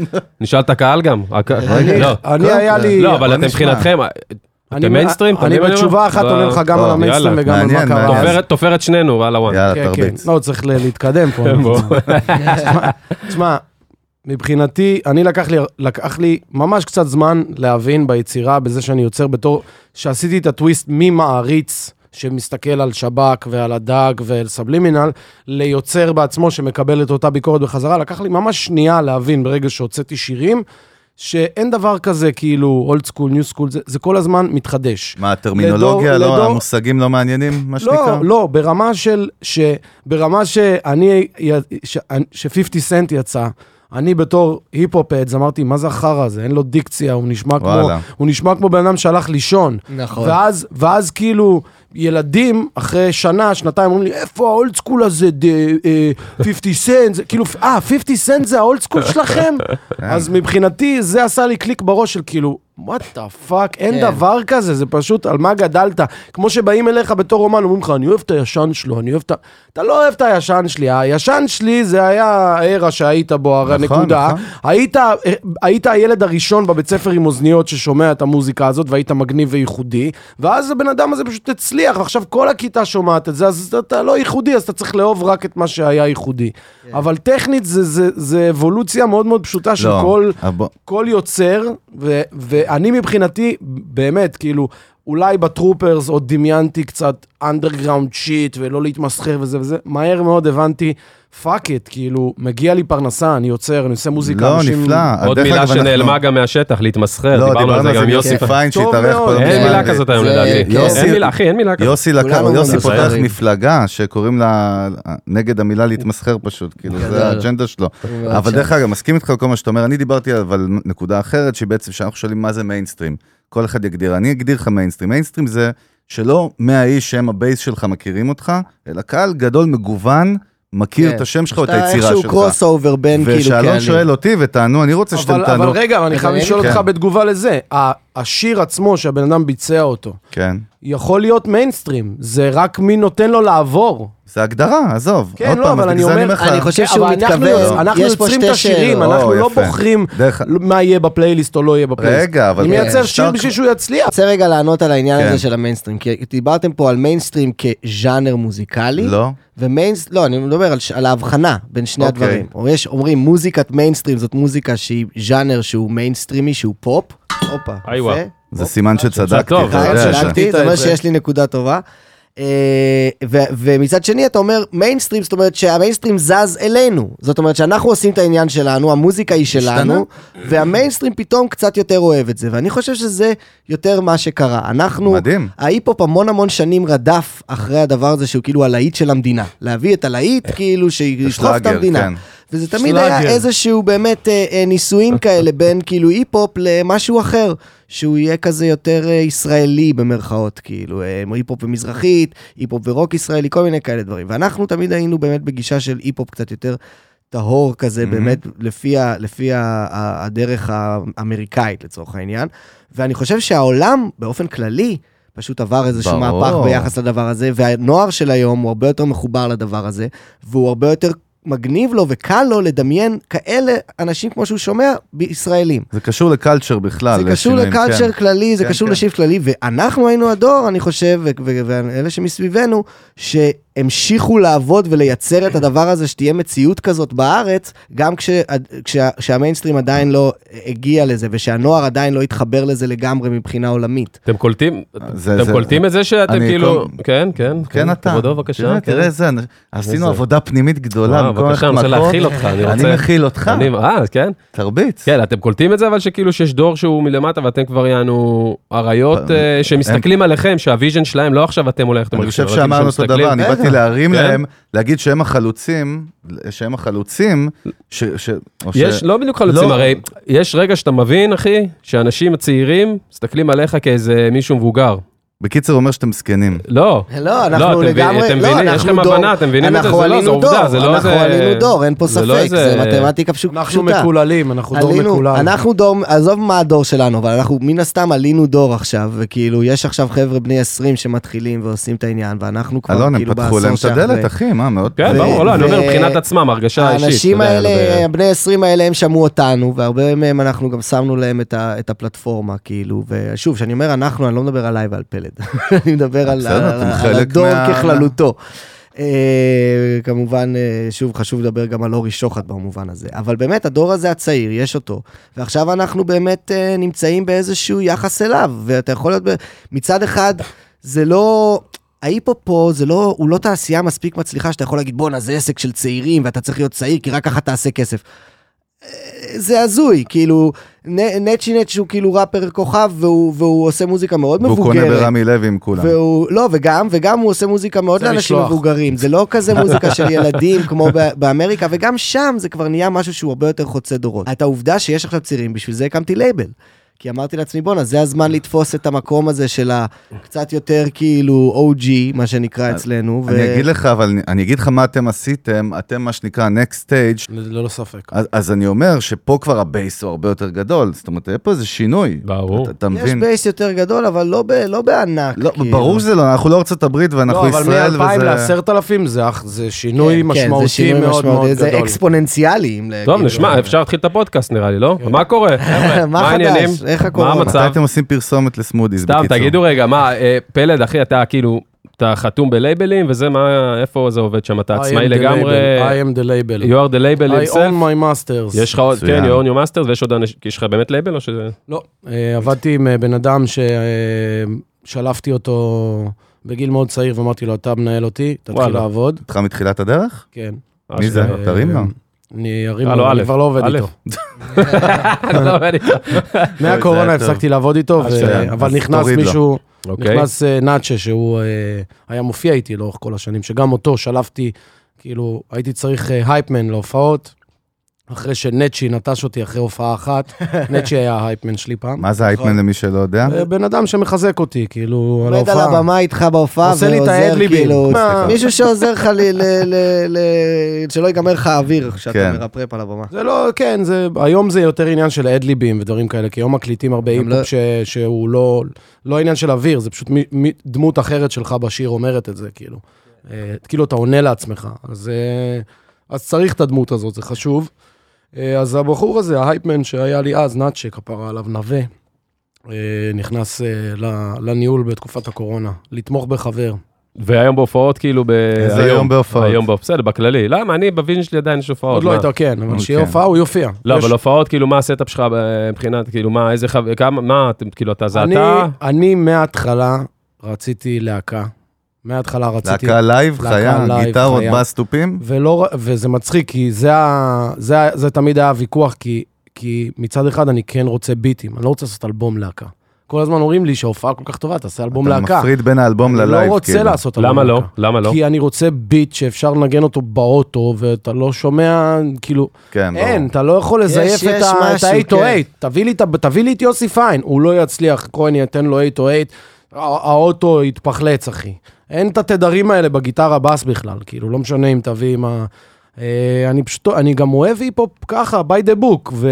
נשאל את הקהל גם. הק- אני- לא. אני היה לי... לא, אבל בוא אתם נשמע. מבחינתכם, אני- אתם מיינסטרים? אני פונים אלינו? בתשובה אחת עונה לך גם לא, על המיינסטרים יאללה. וגם על מה מעניין, קרה. מעניין. תופרת- תופרת שנינו, וואלה וואן. יאללה, כן, כן. תרביץ. לא, צריך ל- להתקדם פה. כן, בוא. תשמע, מבחינתי, אני לקח לי, לקח לי ממש קצת זמן להבין ביצירה, בזה שאני יוצר בתור, שעשיתי את הטוויסט ממעריץ. שמסתכל על שב"כ ועל הדג ועל סבלימינל, ליוצר בעצמו שמקבל את אותה ביקורת בחזרה. לקח לי ממש שנייה להבין ברגע שהוצאתי שירים, שאין דבר כזה כאילו אולד סקול, ניו סקול, זה כל הזמן מתחדש. מה, הטרמינולוגיה, לדור- לא, לדור- המושגים לא מעניינים, מה שנקרא? לא, לא, ברמה של, ש, ברמה שאני, ש, ש-50 סנט יצא, אני בתור היפ-הופדס אמרתי, מה זה החרא הזה? אין לו דיקציה, הוא נשמע כמו, וואלה. הוא נשמע כמו בן אדם שהלך לישון. נכון. ואז, ואז כאילו, ילדים אחרי שנה, שנתיים, אומרים לי, איפה האולד סקול הזה, דה, אה, 50 סנט, זה, כאילו, אה, 50 סנט זה האולד סקול שלכם? כן. אז מבחינתי, זה עשה לי קליק בראש של כאילו, וואט דה פאק, אין כן. דבר כזה, זה פשוט על מה גדלת. כמו שבאים אליך בתור אומן, אומרים לך, אני אוהב את הישן שלו, אני אוהב את ה... אתה לא אוהב את הישן שלי, הישן שלי זה היה הערה שהיית בו, הרי נכון, הנקודה. נכון. היית, אה, היית הילד הראשון בבית ספר עם אוזניות ששומע את המוזיקה הזאת, והיית מגניב וייחודי, ואז הבן אדם הזה פשוט הצליח, עכשיו כל הכיתה שומעת את זה, אז אתה לא ייחודי, אז אתה צריך לאהוב רק את מה שהיה ייחודי. אבל טכנית זה, זה, זה אבולוציה מאוד מאוד פשוטה של לא. כל... אבל בוא- כל יוצר, ו, ואני מבחינתי, באמת, כאילו, אולי בטרופרס עוד דמיינתי קצת אנדרגראונד שיט ולא להתמסחר וזה וזה, מהר מאוד הבנתי, פאק איט, כאילו, מגיע לי פרנסה, אני יוצר, אני עושה מוזיקה, לא, נפלא. עוד דרך מילה אגב, שנעלמה אנחנו- גם מהשטח, להתמסחר, לא, דיברנו על זה גם עם יוסי. יוסי פיין טוב שהתארח מאוד. פה. לא אין מזמן. מילה כזאת היום זה- לדעתי. יוסי- אין מילה, אחי, אין מילה כזאת. יוסי, לקח- כולנו יוסי מנסחרים. פותח מפלגה שקוראים לה נגד המילה להתמסחר פשוט, כאילו כן, גדול. לא. זה האג'נדה שלו. מאוד אבל שם. דרך אגב, מסכים איתך על כל מה שאתה אומר, אני דיברתי אבל נקודה אחרת, שהיא בעצם שאנחנו שואלים מה זה מיינסטרים. כל אחד יגדיר, אני אגדיר לך מיינסטרים. מיינסטרים זה שלא 100 איש שהם הבייס שלך מכירים אותך, אלא קהל גדול מגוון מכיר כן. את השם שלך או את אתה היצירה איכשהו שלך. קרוס אובר כן, בין כאילו ושאלון שואל אותי ותענו, אני רוצה שאתם אבל, אבל תענו. רגע, אני חייב אבל אין- לשאול אותך כן. בתגובה לזה, ה- השיר עצמו שהבן אדם ביצע אותו, כן. יכול להיות מיינסטרים, זה רק מי נותן לו לעבור. זה הגדרה, עזוב. כן, עוד לא, פעם, אבל אז אני בגלל זה אומר- לך- אני חושב שהוא אבל אנחנו מתכוון, יוצ- אנחנו יש פה יוצרים את שתי השירים, שאלות. אנחנו או, לא יפה. בוחרים דרך- מה יהיה בפלייליסט או לא יהיה בפלייליסט. רגע, אבל... אני מייצר שיר אפשר- בשביל שהוא יצליח. רוצה רגע לענות על העניין כן. הזה של המיינסטרים, כי דיברתם פה על מיינסטרים כז'אנר מוזיקלי. לא. ומיינס... לא, אני מדבר על, ש- על ההבחנה בין שני okay. אוקיי. הדברים. או יש, אומרים מוזיקת מיינסטרים זאת מוזיקה שהיא ז'אנר שהוא מיינסטרימי, שהוא פופ. הופה, איי, וואו. יפה. זה סימן שצדקתי, טוב, אתה יודע. שצדקתי. זה. צדקתי, זה אומר את זה. שיש לי נקודה טובה. אה, ו- ומצד שני אתה אומר מיינסטרים, זאת אומרת שהמיינסטרים זז אלינו. זאת אומרת שאנחנו עושים את העניין שלנו, המוזיקה היא שלנו, והמיינסטרים פתאום קצת יותר אוהב את זה, ואני חושב שזה יותר מה שקרה. אנחנו, מדהים. ההיפ-הופ המון המון שנים רדף אחרי הדבר הזה שהוא כאילו הלהיט של המדינה. להביא את הלהיט כאילו שישלוף את השלאגר, המדינה. אה, כן. וזה תמיד היה שלאגר. איזשהו באמת אה, אה, ניסויים כאלה בין כאילו היפ-הופ למשהו אחר, שהוא יהיה כזה יותר אה, ישראלי במרכאות, כאילו אה, היפ-הופ ומזרחית, היפ-הופ ורוק ישראלי, כל מיני כאלה דברים. ואנחנו תמיד היינו באמת בגישה של היפ-הופ קצת יותר טהור כזה, באמת לפי, ה, לפי ה, ה, הדרך האמריקאית לצורך העניין. ואני חושב שהעולם באופן כללי, פשוט עבר איזשהו ברור. מהפך ביחס לדבר הזה, והנוער של היום הוא הרבה יותר מחובר לדבר הזה, והוא הרבה יותר מגניב לו וקל לו לדמיין כאלה אנשים כמו שהוא שומע בישראלים. זה קשור לקלצ'ר בכלל. זה קשור לשינויים, לקלצ'ר כן. כללי, זה כן, קשור כן. לשיפט כללי, ואנחנו היינו הדור, אני חושב, ו- ו- ואלה שמסביבנו, שהם המשיכו לעבוד ולייצר את הדבר הזה, שתהיה מציאות כזאת בארץ, גם כשה- כשה- כשהמיינסטרים עדיין לא הגיע לזה, ושהנוער עדיין לא התחבר לזה לגמרי מבחינה עולמית. אתם קולטים? זה- אתם זה- קולטים את זה שאתם אני כאילו... קול- כן, כן. כן, אתה. כבודו, בבקשה. תראה, כן. תראה איזה... אנ- עשינו איזה- עבודה פנימית גדולה. וואו, במקום בבקשה, אני ללכת רוצה מכות, להכיל אותך, אני רוצה... אני מכיל אותך, אני- אה, כן? תרביץ. כן, אתם קולטים את זה, אבל שכאילו שיש דור שהוא מלמטה ואתם כבר יענו אריות אה, אה, שמסתכלים עליכם, שהוויז'ן שלהם, לא עכשיו אתם אולי איך אתם אני מרגישים, חושב אבל כאילו שאמרנו אותו שמסתכלים- דבר, אני באתי להרים כן. להם, להגיד שהם החלוצים, שהם החלוצים, ש... ש- או ש- יש, לא בדיוק חלוצים, לא. הרי יש רגע שאתה מבין, אחי, שאנשים הצעירים מסתכלים עליך כאיזה מישהו מבוגר. בקיצור, הוא אומר שאתם זקנים. לא. לא, לא, אנחנו אתם מבינים- לגמרי, אתם לא, מבינים, יש אנחנו לכם דור, הבנה, אתם מבינים את זה, אנחנו זה לא, עלינו זה עובדה, זה דור, לא אנחנו איזה- עלינו דור, אין פה זה לא ספק, זה איזה- מתמטיקה פשוט פשוטה. אנחנו מקוללים, אנחנו דור עלינו- מקולל. אנחנו דור, עזוב מה הדור שלנו, אבל אנחנו מן הסתם עלינו דור עכשיו, וכאילו, יש עכשיו חבר'ה בני 20 שמתחילים ועושים את העניין, ואנחנו כבר אלון, הם כאילו פתחו להם את הדלת, אחי, מה, מאוד... כן, זה- ברור, לא, אני אומר ו- מבחינת עצמם, הרגשה אישית. האנשים אתה יודע, האלה, ב- הבני 20 האלה, הם שמעו אותנו, והרבה מהם אנחנו גם שמנו להם את ה- את הפלטפורמה, כאילו, ושוב, כשאני אומר אנחנו, אני לא מדבר עליי ועל פלד, אני מדבר על בסדר, על- אתם על חלק הדור מה- ככללותו. אה, כמובן, אה, שוב, חשוב לדבר גם על אורי שוחט במובן הזה. אבל באמת, הדור הזה הצעיר, יש אותו. ועכשיו אנחנו באמת אה, נמצאים באיזשהו יחס אליו, ואתה יכול להיות... ב... מצד אחד, זה לא... ההיפו פה, זה לא, הוא לא תעשייה מספיק מצליחה שאתה יכול להגיד, בואנה, זה עסק של צעירים, ואתה צריך להיות צעיר, כי רק ככה תעשה כסף. אה, זה הזוי, כאילו, נ- נצ'י נצ' הוא כאילו ראפר כוכב, והוא, והוא עושה מוזיקה מאוד והוא מבוגרת. קונה ברמי לוי עם כולם. והוא, לא, וגם, וגם הוא עושה מוזיקה מאוד זה לאנשים משלוח. מבוגרים, זה לא כזה מוזיקה של ילדים כמו ב- באמריקה, וגם שם זה כבר נהיה משהו שהוא הרבה יותר חוצה דורות. את העובדה שיש עכשיו צעירים, בשביל זה הקמתי לייבל. כי אמרתי לעצמי, בואנה, זה הזמן לתפוס את המקום הזה של הקצת יותר כאילו OG, מה שנקרא אצלנו. ו- אני אגיד לך, אבל אני אגיד לך מה אתם עשיתם, אתם מה שנקרא next stage, ללא ספק. אז, אז אני אומר שפה כבר הבייס הוא הרבה יותר גדול, זאת אומרת, היה פה איזה שינוי. ברור. אתה, אתה יש מבין? בייס יותר גדול, אבל לא, ב- לא בענק. לא, כאילו. ברור שזה לא, אנחנו לא ארצות הברית ואנחנו לא, אבל ישראל, מ-2000 וזה... ל-10,000 זה אח- זה שינוי כן, כן, זה משמעותי שינוי מאוד משמעותי, מאוד זה גדול. אקספוננציאלי, אם טוב, להגיד. נשמע, אפשר להתחיל את הפודקאסט נראה לי, לא? מה קורה? חבר'ה, כן. מה חדש? העניינים? איך מה הקורונה? מתי המצב? אתם עושים פרסומת לסמודיס, סתם, תגידו רגע, מה, אה, פלד, אחי, אתה כאילו, אתה חתום בלייבלים, וזה מה, איפה זה עובד שם? אתה I am עצמאי the לגמרי, label, I am the label. you are the label I own himself, my masters. יש לך עוד, מצוין. כן, you own your masters, ויש עוד אנשים, יש לך באמת לייבל או שזה... לא, אה, עבדתי עם אה, בן אדם ששלפתי אותו בגיל מאוד צעיר ואמרתי לו, אתה מנהל אותי, תתחיל וואלה. לעבוד. איתך מתחילת הדרך? כן. מי זה? אה, תרים לו. אני ארים אה, לא, לו, א', אני כבר לא עובד א'. איתו. אתה לא עובד איתו. אוי, זה מהקורונה היה טוב. הפסקתי לעבוד איתו, ו- אשכרה. אבל אז נכנס תוריד לו. מישהו, אוקיי. נכנס אה, נאצ'ה, שהוא אה, היה מופיע איתי לאורך כל השנים, שגם אותו שלפתי, כאילו, הייתי צריך אה, הייפמן להופעות, אחרי שנצ'י נטש אותי אחרי הופעה אחת, נצ'י היה ההייפמן שלי פעם. מה זה הייפמן למי שלא יודע? אה, בן אדם שמחזק אותי, כאילו, על עומד על ההופעה. הבמה איתך בהופעה עושה לי את ועוזר האדליבים. כאילו, מה? מישהו שעוזר לך ל- ל- ל- ל- שלא ייגמר לך האוויר כשאתה כן. מרפרפ על הבמה. זה לא, כן, זה, היום זה יותר עניין של אדליבים ודברים כאלה, כי היום מקליטים הרבה גם היפ-הופ לא- ש, שהוא לא, לא עניין של אוויר, זה פשוט מי, מי, דמות אחרת שלך בשיר אומרת את זה, כאילו. אה, כאילו, אתה עונה לעצמך, אז, אה, אז צריך את הדמות הזאת, זה חשוב. אה, אז הבחור הזה, ההייפמן שהיה לי אז, נאצ'ה, כפרה עליו, נווה, אה, נכנס אה, ל- לניהול בתקופת הקורונה, לתמוך בחבר. והיום בהופעות, כאילו, ב... איזה יום בהופעות? היום בהופעות, בסדר, בכללי. למה? אני, בוויז'ן שלי עדיין יש הופעות. עוד לא מה? הייתה, כן, אבל אוקיי. שיהיה הופעה, הוא יופיע. לא, יש- אבל הופעות, כאילו, מה הסטאפ שלך ב- מבחינת, כאילו, מה, איזה חבר, כמה, מה, אתם, כאילו, אתה זה אני- אתה? אני מההתחלה רציתי להקה. מההתחלה רציתי... להקה לייב, להקה חיה, לייב, גיטרות, חיה. בס, תופים? ולא, ר- וזה מצחיק, כי זה, ה- זה, ה- זה תמיד היה הוויכוח, כי, כי מצד אחד אני כן רוצה ביטים, אני לא רוצה לעשות אלבום להקה. כל הזמן אומרים לי שההופעה כל כך טובה, תעשה אלבום אתה להקה. מפריד בין האלבום אני ללייב, כאילו. לא רוצה לעשות אלבום למה להקה. לא? למה לא? כי אני רוצה ביט שאפשר לנגן אותו באוטו, ואתה לא שומע, כאילו, כן, ברור. אין, אתה לא יכול לזייף יש את ה- את משהו, כן. ה-808. תביא לי את ה- תביא לי את יוסי פיין, הוא לא יצליח, כהן ייתן לו 808, הא- האוטו יתפחלץ, אחי. אין את התדרים האלה בגיטרה בס בכלל, כאילו, לא משנה אם תביא עם ה... אה, אני פשוט, אני גם אוהב היפ-הופ ככה, by the book, ו,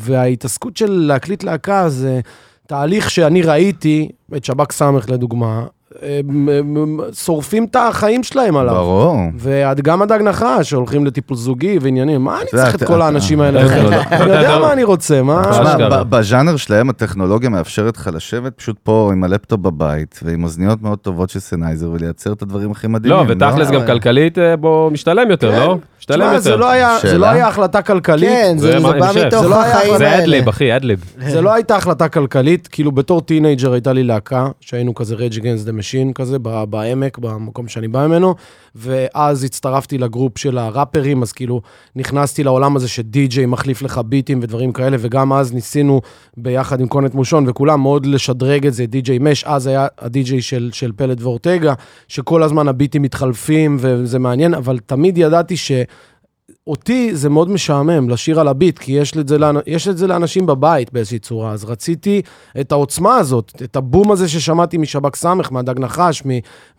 וההתעסקות של להקליט להקה זה תהליך שאני ראיתי, את שב"כ סמך לדוגמה, הם- הם- הם שורפים את החיים שלהם עליו. ברור. ואת גם הדג נחש, שהולכים לטיפול זוגי ועניינים, מה אני אתה יודע, צריך את אתה- כל אתה- האנשים האלה? אתה- אחי? אתה- אני אתה- יודע אתה- מה אני רוצה, מה... תשמע, תשמע, אשכרה. ב- בז'אנר שלהם הטכנולוגיה מאפשרת לך לשבת פשוט פה עם הלפטופ בבית ועם אוזניות מאוד טובות של סנייזר ולייצר את הדברים הכי מדהימים. לא, ותכלס גם אבל- כלכלית אה, בו משתלם יותר, לא? משתלם תשמע, יותר. זה לא היה- זה שאלה? לא היה החלטה כלכלית. כן, זה זה זה מה בא אני חושב. מתוך זה לא היה- החיים האלה. זה אדליב, אחי, אדליב. זה לא הייתה החלטה כלכלית, כאילו בתור טינג'ר הייתה לי להקה, שהיינו כזה רייג' אגנס דה משין כזה, ב- בעמק, במקום שאני בא ממנו, ואז הצטרפתי לגרופ של הראפרים, אז כאילו נכנסתי לעולם הזה שדי-ג'יי מחליף לך ביטים ודברים כאלה, וגם אז ניסינו ביחד עם קונט מושון וכולם מאוד לשדרג את זה, די-ג'יי מש, אז היה הדי-ג'יי של, של פלט ואורטגה, שכל הזמן הביטים מתחלפים וזה מעניין, אבל תמיד ידעתי ש... אותי זה מאוד משעמם לשיר על הביט, כי יש את, זה לאנ... יש את זה לאנשים בבית באיזושהי צורה, אז רציתי את העוצמה הזאת, את הבום הזה ששמעתי משב"כ סמך, מהדג נחש, מ...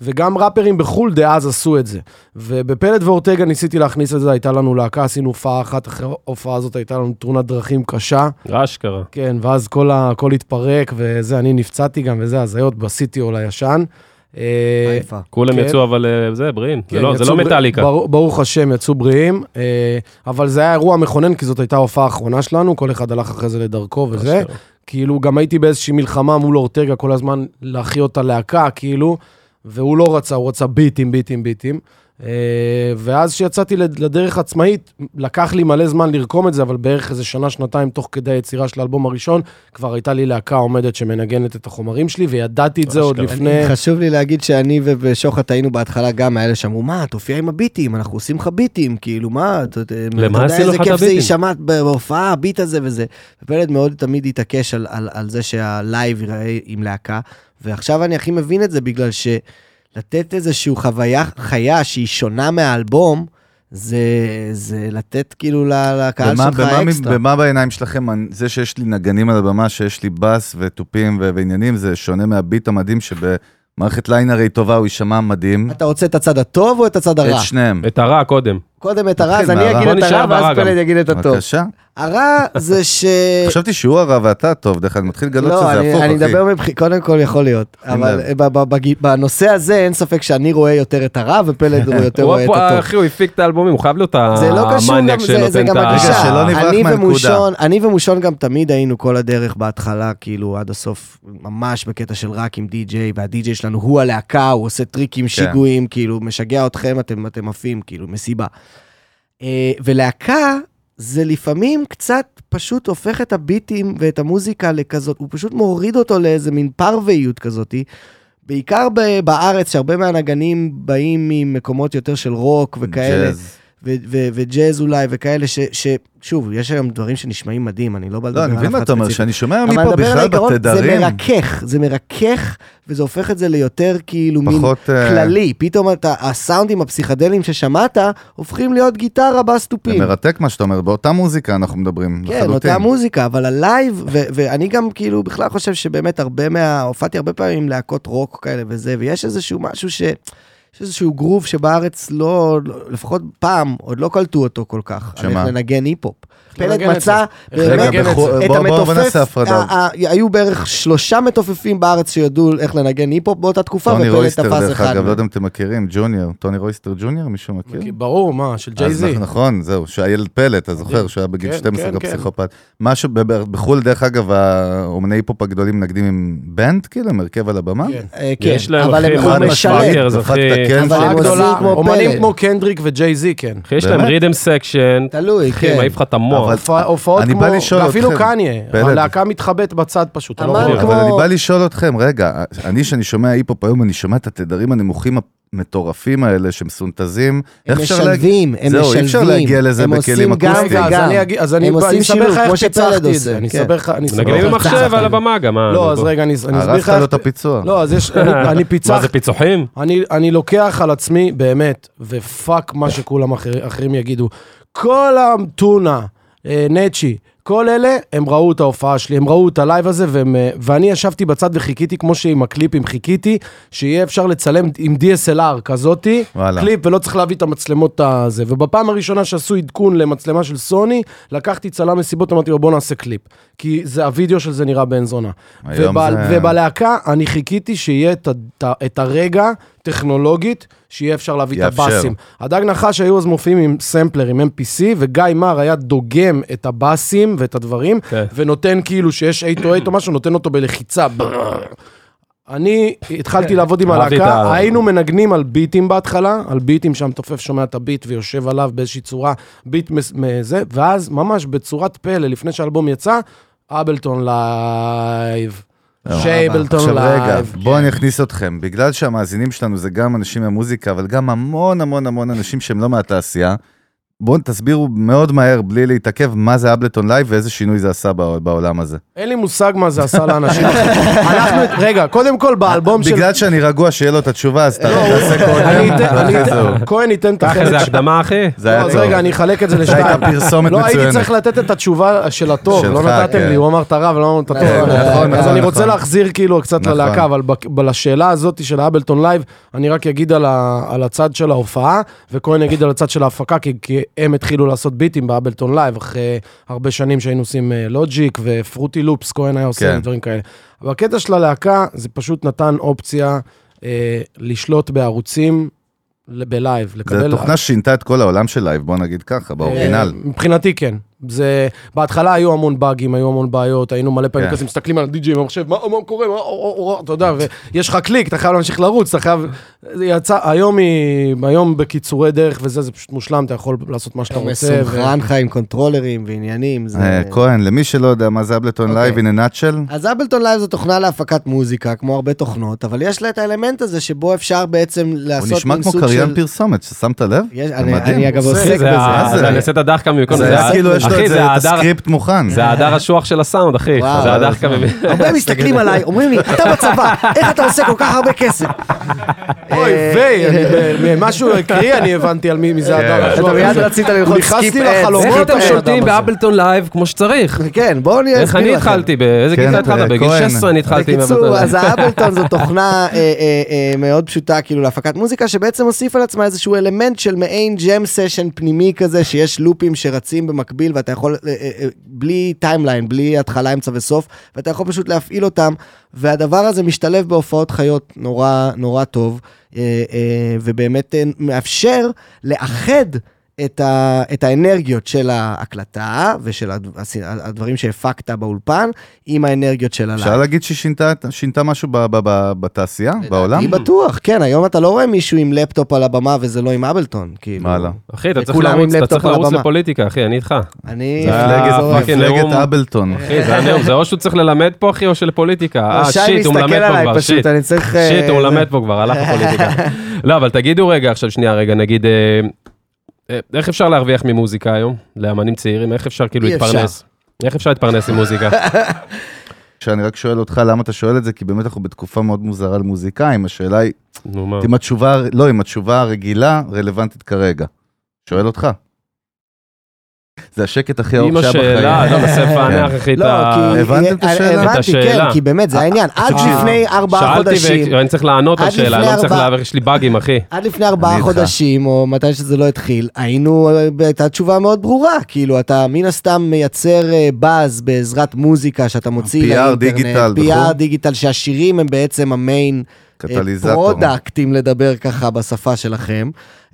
וגם ראפרים בחו"ל דאז עשו את זה. ובפלט ואורטגה ניסיתי להכניס את זה, הייתה לנו להקה, עשינו הופעה אחת, אחרי ההופעה הזאת הייתה לנו תאונת דרכים קשה, אשכרה. כן, ואז כל ה- הכל התפרק, וזה, אני נפצעתי גם, וזה הזיות בסיטי אול הישן. אה, חיפה. כולם כן. יצאו, אבל אה, זה, ברין. זה כן, לא- זה יצאו לא בר- מטאליקה. ברוך- ברוך השם, יצאו בריאים, אה, אבל זה היה אירוע מכונן, כי זאת הייתה ההופעה האחרונה שלנו, כל אחד הלך אחרי זה לדרכו וזה. אשכרה. כאילו, גם הייתי באיזושהי מלחמה מול אורטגה כל הזמן להחיות את הלהקה, כאילו, והוא לא רצה, הוא רצה ביטים, ביטים, ביטים. אה, ואז כשיצאתי לד- לדרך עצמאית, לקח לי מלא זמן לרקום את זה, אבל בערך איזה שנה, שנתיים, תוך כדי היצירה של האלבום הראשון, כבר הייתה לי להקה עומדת שמנגנת את החומרים שלי, וידעתי את זה עוד אשכרה. לפני... חשוב לי להגיד שאני ו- ושוחט היינו בהתחלה גם מאלה שאמרו, מה, תופיע עם הביטים, אנחנו עושים לך ביטים, כאילו, מה, אתה אתה למה יודע עשינו איזה לך את כיף זה הביטים?" יישמע בהופעה, הביט הזה וזה. ופלד מאוד תמיד התעקש על- על על זה שהלייב ייראה עם להקה, ועכשיו אני הכי מבין את זה, בגלל שלתת איזושהי חוויה, חיה שהיא שונה מהאלבום, זה זה לתת כאילו ל- לקהל במה- שלך במה- אקסטרה. במה בעיניים שלכם, הנ- זה שיש לי נגנים על הבמה, שיש לי בס ותופים ו- ועניינים, זה שונה מהביט המדהים שבמערכת ליין הרי טובה הוא יישמע מדהים. אתה רוצה את הצד הטוב או את את הצד הרע? שניהם. את הרע קודם. קודם את הרע, נתחיל אז אני מהרע. אגיד בוא את הרע, נשאר ברע ואז גם. פלד יגיד את הטוב. בבקשה. הרע זה ש... חשבתי שהוא הרע ואתה טוב, דרך אגב, אני מתחיל לגלות אה, לא, שזה אני, הפוך, אני אחי. מדבר מבחינת, קודם כל יכול להיות, אבל לב. ב- ב- בג- בנושא הזה אין ספק שאני רואה יותר את הרע ופלד הוא יותר הוא רואה את פה, אה, הטוב. אחי, הוא הפיק את האלבומים, הוא חייב להיות זה לא קשור, גם, המניאק זה, זה שנותן גם את ה... רגע, הגישה. שלא נברח אני מהנקודה. ומושון, אני ומושון גם תמיד היינו כל הדרך בהתחלה, כאילו עד הסוף, ממש בקטע של רק עם די-ג'יי, והדי-ג'יי שלנו הוא הלהקה, הוא עושה טריקים, כן. שיגועים, כאילו, משגע אתכם, אתם אתם עפים, כאילו, מסיבה. אה, ולהקה, זה לפעמים קצת פשוט הופך את הביטים ואת המוזיקה לכזאת, הוא פשוט מוריד אותו לאיזה מין פרוויות כזאתי. בעיקר ב- בארץ, שהרבה מהנגנים באים ממקומות יותר של רוק וכאלה. ג'אז. ו- ו- וג'אז אולי, וכאלה ש... ש- שוב, יש היום דברים שנשמעים מדהים, אני לא בא לדבר לא, על אף אני אחד מבין מה אתה אומר, ספציפי. שאני שומע אבל אני מפה מדבר על בכלל העיקרון, בתדרים, זה מרכך, זה מרכך, וזה הופך את זה ליותר כאילו מין פחות... אה, כללי. פתאום אתה, הסאונדים הפסיכדליים ששמעת, הופכים להיות גיטרה בס זה תופים. מרתק מה שאתה אומר, באותה מוזיקה אנחנו מדברים, כן, לחלוטין. אותה מוזיקה, אבל הלייב, ו- ואני גם כאילו בכלל חושב שבאמת הרבה מה... הופעתי הרבה פעמים עם להקות רוק כאלה וזה, ויש איזשהו משהו ש... יש איזשהו גרוב שבארץ לא, לא- לפחות פעם, עוד לא קלטו אותו כל כך. שמה? שמה? לנגן היפ-הופ. פלד לנגן את מצא זה. איך באמת לנגן את בחו- זה. בוא- את בוא- בוא המתופף, נעשה הפרדה. ה- ה- היו בערך שלושה מתופפים בארץ שידעו איך לנגן היפ-הופ באותה תקופה, טוני ופלד רויסטר, תפס דרך אחד. אגב, לא מהם. יודע אם אתם מכירים, ג'וניור, טוני רויסטר ג'וניור, מישהו מכיר? ברור, מה, של אז ג'ייזי. נכ- נכון, זהו, שהילד פלט, אתה זוכר, מדהים. שהוא היה בגיל כן, 12 כן, גם כן. פסיכופת. משהו ב- ב- בחו"ל, דרך אגב, האומני היפ-הופ הגדולים מנגדים עם בנד, כאילו, עם הרכב על הבמה? כן. אה, כן, יש להם, אבל אחי, הם חד הוא מרק משלם. משמעית, ברקר, זה דפק הכי- את הקן אבל שלי. הם עושים גדולה, כמו אומנים פלד. כמו קנדריק וג'יי זי, כן. אחי, יש להם באמת? רידם סקשן, תלוי, אחי, כן. מעיף לך את המוח. אבל- הופע- הופעות אני כמו, בא לשאול ואפילו אתכם, קניה, פלד. הלהקה מתחבאת בצד פשוט, אתה לא אמן מבין. אבל כמו- אני בא לשאול אתכם, רגע, אני, שאני שומע היפ-הופ היום, אני שומע את התדרים הנמוכים המטורפים האלה, שמסונתזים. הם איך אפשר להג- משלבים, הם זהו, אי אפשר משלבים. להגיע לזה הם בכלים עושים גם אקוסטיים. רגע, אז וגם. אני אגיד, אז אני הם עושים אני אספר שילוב, לך איך כמו שפלד פיצחתי את עושה, זה, אני כן. אספר לך, אני אספר מנגנים עם לך. מחשב על הבמה גם, מה? לא, נו, אז בוא. רגע, אני אני אסביר אה, הרסת לך. לו איך- את הפיצוח. לא, אז יש, אני- אני מה פיצחתי. זה פיצוחים? אני, אני לוקח על עצמי, באמת, ופאק מה שכולם אחר, אחרים יגידו. כל הטונה, אה, נצ'י, כל אלה, הם ראו את ההופעה שלי, הם ראו את הלייב הזה, והם, אה, ואני ישבתי בצד וחיכיתי, כמו שעם הקליפים חיכיתי, שיהיה אפשר לצלם עם DSLR כזאתי, וואלה. קליפ, ולא צריך להביא את המצלמות הזה. ובפעם הראשונה שעשו עדכון למצלמה של סוני, לקחתי צלם מסיבות, אמרתי לו, בוא נעשה קליפ. כי זה, הוידאו של זה נראה בן זונה. היום ובע- זה- ובלהקה, אני חיכיתי שיהיה את, ה- את, ה- את הרגע, טכנולוגית, שיהיה אפשר להביא את יאפשר. הבאסים. הדג נחש היו אז מופיעים עם סמפלר, עם MPC, וגיא מר היה דוגם את הבאסים ואת הדברים, כן. ונותן כאילו שיש 8 או 8 או משהו, נותן אותו בלחיצה. בררר. אני התחלתי לעבוד עם אהבתי את הלהקה, ה- היינו מנגנים על ביטים בהתחלה, על ביטים שהמתופף שומע את הביט ויושב עליו באיזושהי צורה, ביט מס- מזה, ואז ממש בצורת פלא, לפני שהאלבום יצא, אבלטון לייב. שייבלטון אה, עכשיו רגע, לייב. בואו אני אכניס אתכם. בגלל שהמאזינים שלנו זה גם אנשים מהמוזיקה, אבל גם המון המון המון אנשים שהם לא מהתעשייה, בואו תסבירו מאוד מהר, בלי להתעכב, מה זה אבלטון לייב ואיזה שינוי זה עשה בע- בעולם הזה. אין לי מושג מה זה עשה לאנשים. אנחנו, רגע, קודם כל באלבום של... לא, בגלל שאני רגוע שיהיה לו את התשובה, אז אתה תעשה אני אתן- קודם, אני ואחרי זה הוא. אתן- כהן ייתן את ככה זה החלק שלו. הקדמה, אחי? זה היה לא, אז טוב. רגע, אני אחלק את זה זו לשתיים. הייתה פרסומת לא, הייתי מצוינת. צריך לתת את התשובה של הטוב, לא שלך, נתתם כן. לי, הוא אמר את הרע ולא אמרנו את הטוב. נכון, אז נכון, אני רוצה נכון. להחזיר כאילו קצת נכון. ללהקה, אבל בק- ב- לשאלה הזאת של האבלטון לייב, אני רק אגיד על ה- על הצד של ההופעה, וכהן יגיד על הצד של ההפקה, כי- כי הם התחילו לעשות ביטים באבלטון לייב, אחרי הרבה שנים שהיינו עושים אה, לוג'יק ופרוטי לופס, כהן היה עושה כן. דברים כאלה. אבל הקטע של הלהקה, זה פשוט נתן אופציה אה, לשלוט בערוצים. ל- בלייב, זו לקבל תוכנה ששינתה את כל העולם של לייב, בואו נגיד ככה, באורגינל. אה, מבחינתי כן. זה, בהתחלה היו המון באגים, היו המון בעיות, היינו מלא פעמים כן. כזה מסתכלים על הדי-ג'יי במחשב, מה, מה קורה, מה, או, או, או, אתה יודע, ויש לך קליק, אתה חייב להמשיך לרוץ, אתה חייב, זה יצא, היום היא, היום בקיצורי דרך וזה, זה פשוט מושלם, אתה יכול לעשות מה שאתה אתה רוצה. ו- מסונכרן לך עם קונטרולרים ועניינים. זה- אה, כהן, למי שלא יודע מה זה אבלטון אוקיי. לייב, הנה נאצ'ל. אז אבלטון לייב זו תוכנה להפקת מוזיקה, כמו הרבה תוכנות, אבל יש לה את האלמנט הזה שבו אפשר בעצם הוא לעשות נשמע מין כמו סוג קריין של- פרסומת, ששמת לב? יש- זה אני- מדהים. אני אגב הוא עושה- עוסק אחי, זה ה- מה בזה. זה? אני עושה את הדחקה מכל זה היה כאילו יש לו את אחי, זה, את ההדר- הסקריפט מוכן. זה ההדר השוח של הסאונד, אחי. וואו. זה הדחקה. ב- הרבה מסתכלים עליי, אומרים לי, אתה בצבא, איך אתה עושה כל כך הרבה כסף? אוי ויי, אני ב- ממשהו הקריא, אני הבנתי על מי מי זה הדר. אתה השוח. מיד רצית ללחוץ הוא נכנס לי skip ads. לחלומות, איך איך אתם אתם הבן אדם שולטים הזה. באבלטון לייב כמו שצריך? אה, כן, בואו אני איך אסביר אני לכם. התחלתי? באיזה כן, גיל התחלת? בגיל כהן. 16 אני התחלתי עם אבלטון בקיצור, לייב. אז האבלטון זו תוכנה אה, אה, אה, מאוד פשוטה כאילו להפקת מוזיקה שבעצם הוסיף על עצמה איזשהו אלמנט של מעין ג'ם סשן פנימי כזה שיש לופים שרצים במקביל ואתה יכול אה, אה, אה, בלי טיימליין, בלי התחלה, אמצע וסוף ואתה יכול פשוט להפעיל אותם והדבר הזה משתלב בהופעות חיות נורא נורא טוב אה, אה, ובאמת אה, מאפשר לאחד את, ה, את האנרגיות של ההקלטה ושל הד- הס- הדברים שהפקת באולפן עם האנרגיות של הלייב. אפשר להגיד שהיא שינתה- שינתה משהו ב- ב- ב- בתעשייה, בעולם? אני בטוח, כן, היום אתה לא רואה מישהו עם לפטופ על הבמה וזה לא עם אבלטון, כאילו. מה לא? אחי, אתה צריך וכולם עם לרוץ, אתה לפטופ צריך על לרוץ הבמה. לפוליטיקה, אחי, אני איתך. אני... לא זה אני היה זורם. פאקינג- מפלגת נאום. אבלטון. אה, אחי, זה הנאום, זה או שהוא צריך ללמד פה, אחי, או שלפוליטיקה. אה, שי שיט, הוא מסתכל מלמד פה עליי כבר, פשוט, שיט. אני צריך... אה, שיט, הוא זה- למד פה כבר, הלך לפוליטיקה. לא, אבל תגידו רגע, עכשיו שנייה, רגע, נגיד, אה, אה, איך אפשר להרוויח ממוזיקה היום? לאמנים צעירים, איך אפשר כאילו אי אפשר. להתפרנס? איך אפשר להתפרנס עם מוזיקה? שאני רק שואל אותך למה אתה שואל את זה, כי באמת אנחנו בתקופה מאוד מוזרה למוזיקאים, השאלה היא, נו, מה? אם התשובה, לא, אם התשובה הרגילה רלוונטית כרגע. שואל אותך. זה השקט הכי ארוך עם שהיה בחיים. השאלה, לא, נעשה לפענח, אחי, את לא, ה... כי... הבנתם את השאלה? את הבנתי, השאלה. אה, כן, כי באמת, זה העניין. עד תקשיב, לפני ארבעה חודשים... שאלתי ואני צריך לענות עד על שאלה, לפני לא צריך ארבע- להעביר, יש לי באגים, אחי. עד לפני אני ארבעה איתך. חודשים, או מתי שזה לא התחיל, היינו, אה, הייתה תשובה מאוד ברורה, כאילו, אתה מן הסתם מייצר אה, באז בעזרת מוזיקה שאתה מוציא PR לאינטרנט, דיגיטל נכון? PR וכו'. דיגיטל, שהשירים הם בעצם המיין אה, קטליזטור. פרודקטים לדבר ככה בשפה שלכם.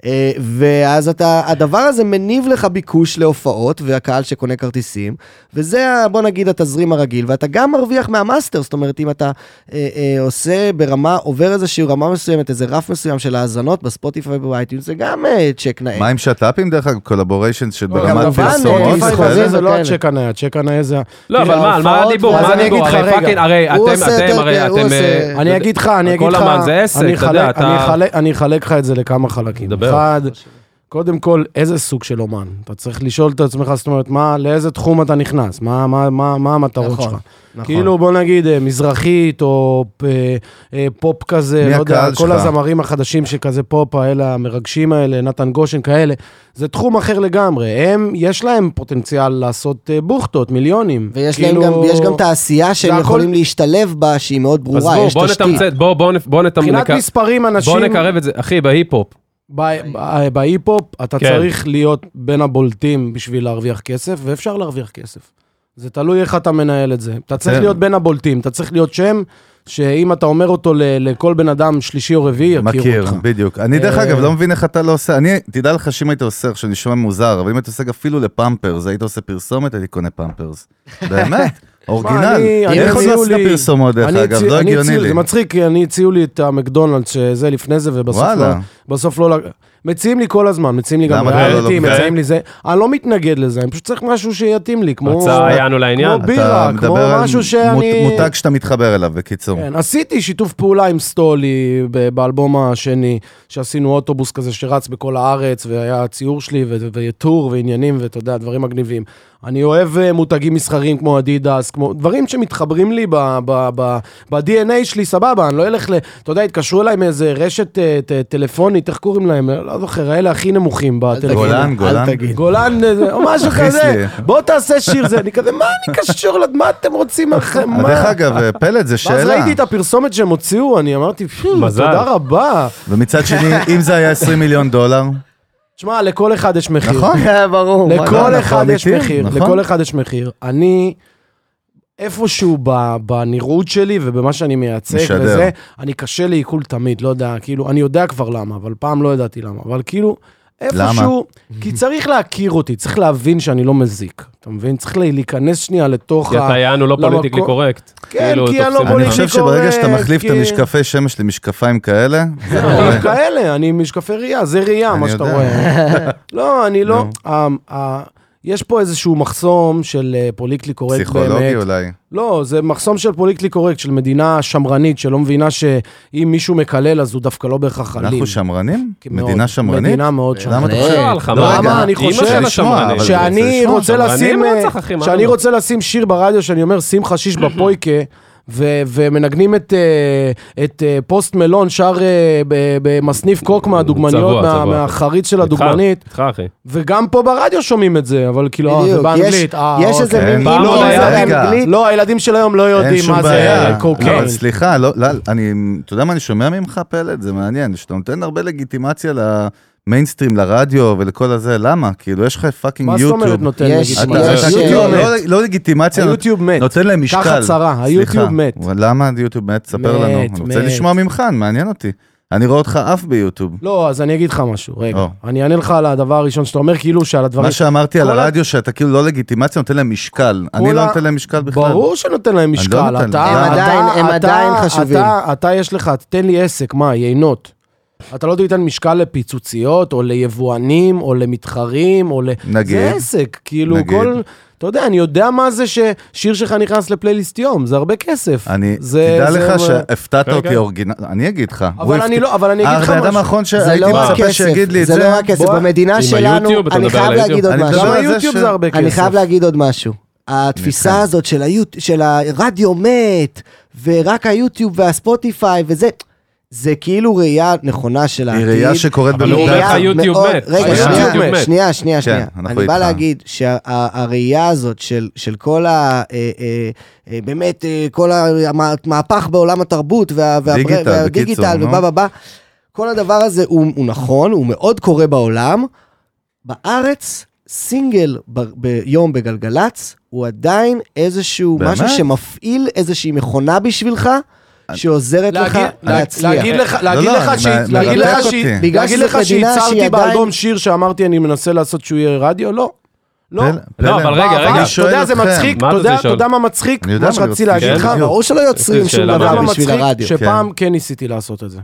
אה, ואז אתה, הדבר הזה מניב לך ביקוש להופעות, והקהל שקונה כרטיסים, וזה, ה- בוא נגיד, התזרים הרגיל, ואתה גם מרוויח מהמאסטר, זאת אומרת, אם אתה אה, אה, עושה ברמה, עובר איזושהי רמה מסוימת, איזה רף מסוים של האזנות בספוטיפיי ובאייטיונס, זה גם אה, צ'ק נאה. מה עם שת"פים דרך אגב? קולבוריישן של לא, ברמת גם לבן, פרסומות? אה, ספוטיפיי וכאלה? וזה, זה לא וכאלה. הצ'ק הנאה, הצ'ק הנאה זה... לא, אבל מה, על מה ההופעות, הדיבור? אז מה אני הדיבור? אגיד לך, הרי רגע, פאקינג, הרי הוא אתם, עושה אתם, יותר, הרי כן, הוא אתם... עושה- אה, אני אגיד לך, אני הכל אגיד לך, אמן זה עסק, אני אתה אחלק- יודע, אני אתה... אחלק- אני אחלק לך את זה לכמה חלקים. דבר. אחד, קודם כל, איזה סוג של אומן? אתה צריך לשאול את עצמך, זאת אומרת, מה, לאיזה תחום אתה נכנס? מה, מה, מה, מה המטרות נכון, שלך? נכון. כאילו, בוא נגיד, אה, מזרחית, או אה, אה, פופ כזה, מי לא יודע, הקהל כל שלך? הזמרים החדשים שכזה פופ, האלה, המרגשים האלה, נתן גושן כאלה, זה תחום אחר לגמרי. הם, יש להם פוטנציאל לעשות אה, בוכטות, מיליונים. כאילו, ויש להם גם, יש גם תעשייה זה שהם הכל- יכולים להשתלב בה, שהיא מאוד אז ברורה, בואו, יש בואו תשתית. נתמצת, בואו, בואו, נפ- בואו מבחינת נתמצת. מספרים, אנשים... בואו נקרב את זה, אחי, בהיפ-הופ. ב- ב- בהיפ-הופ אתה כן. צריך להיות בין הבולטים בשביל להרוויח כסף, ואפשר להרוויח כסף. זה תלוי איך אתה מנהל את זה. אתה צריך כן. להיות בין הבולטים, אתה צריך להיות שם שאם אתה אומר אותו ל- לכל בן אדם שלישי או רביעי, יכיר מכיר, אותך. בדיוק. אני דרך אה, אגב לא מבין איך אתה לא עושה, אני, תדע לך שאם היית עושה, עכשיו נשמע מוזר, אבל אם היית עושה אפילו לפמפרס, היית עושה פרסומת, הייתי קונה פמפרס. באמת, אורגינל. אני- אני איך עוד הציעו לא עשית לי- פרסומות דרך אני אגב, הציעו- לא אני הגיוני הציעו- לי. זה מצחיק, כי אני הציעו לי את המקדונלדס שזה לפני זה, ובסוף לא... וואלה. בסוף לא... לג- מציעים לי כל הזמן, מציעים לי גם למה אתה לא ריאליטי, לוקח? מציעים לי זה. אני לא מתנגד לזה, אני פשוט צריך משהו שיתאים לי, כמו... הצעה יענו לעניין. כמו בירה, אתה כמו מדבר על משהו שאני... מות- מותג שאתה מתחבר אליו, בקיצור. כן, עשיתי שיתוף פעולה עם סטולי ב- באלבום השני, שעשינו אוטובוס כזה שרץ בכל הארץ, והיה ציור שלי, ו- וטור, ועניינים, ואתה יודע, דברים מגניבים. אני אוהב אה, מותגים מסחרים כמו אדידס, כמו דברים שמתחברים לי ב- ב- ב- ב-DNA שלי, סבבה, אני לא אלך ל... אתה יודע, התקשרו אליי מאיזה רשת אה, ט- טלפונית, איך קוראים להם? לא זוכר, האלה הכי נמוכים בטלפון. גולן, גולן. אל תגיד. גולן, איזה- או משהו מכעיס כזה, לי. בוא תעשה שיר זה, אני כזה, מה אני קשור, לד- מה אתם רוצים, אחרי- אה, מה? דרך אגב, פלט זה ואז שאלה. ראיתי את הפרסומת שהם הוציאו, אני אמרתי, "פו, מזל." תודה רבה. ומצד שני, אם זה היה 20 מיליון דולר, שמע, לכל אחד יש מחיר. נכון? ברור. מה נכון, כן. לכל אחד יש אמיתי, מחיר, נכון. לכל אחד יש מחיר. אני... איפשהו ב- בנראות שלי ובמה שאני מייצג משדר. וזה, אני קשה לעיכול תמיד, לא יודע, כאילו, אני יודע כבר למה, אבל פעם לא ידעתי למה, אבל כאילו, איפשהו, כי צריך להכיר אותי, צריך להבין שאני לא מזיק, אתה מבין? צריך להיכנס שנייה לתוך כי אתה יענו לא למקום- פוליטיקלי קורקט. כן, כאילו, כי אני לא תופסים- בוא אני נקרא חושב שברגע שאתה קורקט, כן. מחליף את כי- המשקפי שמש למשקפיים כאלה, זה לא, כאלה, אני משקפי ראייה, זה אוקיי. ראייה, אני מה שאתה יודע. רואה. לא, אני לא... ה- ה- יש פה איזשהו מחסום של אה, פוליטיקלי קורקט פסיכולוגי באמת. אולי. לא, זה מחסום של פוליטיקלי קורקט, של מדינה שמרנית, שלא מבינה שאם מישהו מקלל, אז הוא דווקא לא בהכרח אלים. אנחנו שמרנים? כי מאוד. מדינה שמרנית? מדינה מאוד למה אתה שמרנית. חושב? לא, על חמאל. לא, רגע, למה? אני אמא חושב- שלה לשמוע, שמרנית. אבל- שאני לשמוע, אה, רוצה אבל לשים, אני לא- אה, רצח, אחי, מה שאני אתה רוצה לשים שיר ברדיו שאני אומר שמחה שיש בפויקה. ו- ומנגנים את, אה, את אה, פוסט מלון שר אה, ב- במסניף קוק מהדוגמניות, צבוע, מה, צבוע. מהחריץ של איתך, הדוגמנית, איתך, אחי. וגם פה ברדיו שומעים את זה, אבל כאילו, אה, זה בדיוק, באנגלית. יש- אה, יש איזה אוקיי. כן. מין כאילו לא פעם הימור עוד היה, כזה רגע. באנגלית. לא, הילדים של היום לא אין יודעים שום מה זה אה, בעיה. לא, קוקיין. אבל סליחה, לא, לא, אני, אתה יודע מה אני שומע ממך, פלד? זה מעניין, שאתה נותן הרבה לגיטימציה למיינסטרים, לרדיו ולכל הזה, למה? כאילו, יש לך פאקינג מה זאת יוטיוב. אומרת נותן יש- אתה- לגיטימציה? יש- אתה כאילו יוטיוב לא- מת. לא לגיטימציה, היוטיוב מת. נותן להם משקל. ככה צרה, היוטיוב סליחה, מת. למה היוטיוב מת? ספר מת, לנו. אני רוצה מת. לשמוע ממך, מעניין אותי. אני רואה אותך עף ביוטיוב. לא, אז אני אגיד לך משהו, רגע. או. אני אענה לך על הדבר הראשון שאתה אומר, כאילו שעל הדברים... מה שאמרתי על כל ה- הרדיו, שאתה כאילו לא לגיטימציה, נותן להם משקל. אני כל לא ה- נותן להם משקל בכלל. ברור שנותן להם משקל, נותן להם. אתה, הם אתה- עדיין- הם אתה- עדיין אתה- חשובים. אתה, אתה יש לך, תן לי עסק, מה, יינות. אתה לא תיתן משקל לפיצוציות, או ליבואנים, או למתחרים, או ל... נגיד. זה עסק, כאילו, נגיד. כל... אתה יודע, אני יודע מה זה ששיר שלך נכנס לפלייליסט יום, זה הרבה כסף. אני, זה- תדע זה- לך שהפתעת כן, אותי כן. אורגינל, אני אגיד לך. אבל הוא אני הפתיע- לא- אבל אני אגיד לך הבן אדם משהו. האחרון זה שהייתי לא רק מצפה כסף, שיגיד לי את זה. זה לא רק כסף. בוא- במדינה עם שלנו, היוטיוב, אתה אני מדבר חייב על להגיד היוטיוב? עוד אני מדבר משהו. גם זה היוטיוב ש- זה הרבה כסף. אני חייב להגיד עוד משהו. התפיסה כן. הזאת של, היוט... של הרדיו מת, ורק היוטיוב והספוטיפיי וזה, אה, זה כאילו ראייה נכונה של היא העתיד. ראייה שקורית אבל הוא אומר במודע. לך, ראייה היוטיוב מאוד- מת. רגע, היוטיוב שנייה, מת. שנייה, שנייה, שנייה. אנחנו אני בא איתך. להגיד שהראייה הזאת של- של כל ה... אה, אה, אה, באמת, אה, כל המהפך בעולם התרבות וה- וה- דיגיטל, והדיגיטל בקיצור, ובא נו. בא בא, כל הדבר הזה הוא הוא נכון, הוא מאוד קורה בעולם. בארץ, סינגל ב- ביום בגלגלצ, הוא עדיין איזשהו באמת? משהו שמפעיל איזושהי מכונה בשבילך, שעוזרת לך להגיד- להצליח. להגיד לך- לא, להגיד לא, לך אני שהיא- מ- להגיד מרתק לך אותי. שהיא- בגלל להגיד שזו לך מדינה שהיא שהצהרתי עדיין- באלבום שיר שאמרתי אני מנסה לעשות שהוא יהיה רדיו? לא. לא. פלא- פלא. לא, אבל רגע, בעבר, רגע. אני אתה יודע, שואל זה אתכם. מצחיק, מה אתה אתה יודע, רוצה אתה לשאול? יודע מה מצחיק? אני יודע מה מה אני שרציתי רוצה לשאול. להגיד לך, בדיוק. כן, ברור שלא יוצרים איזה שום שאלה אתה יודע דבר מה מעניינת. בשביל מצחיק? הרדיו. שפעם כן ניסיתי לעשות את זה.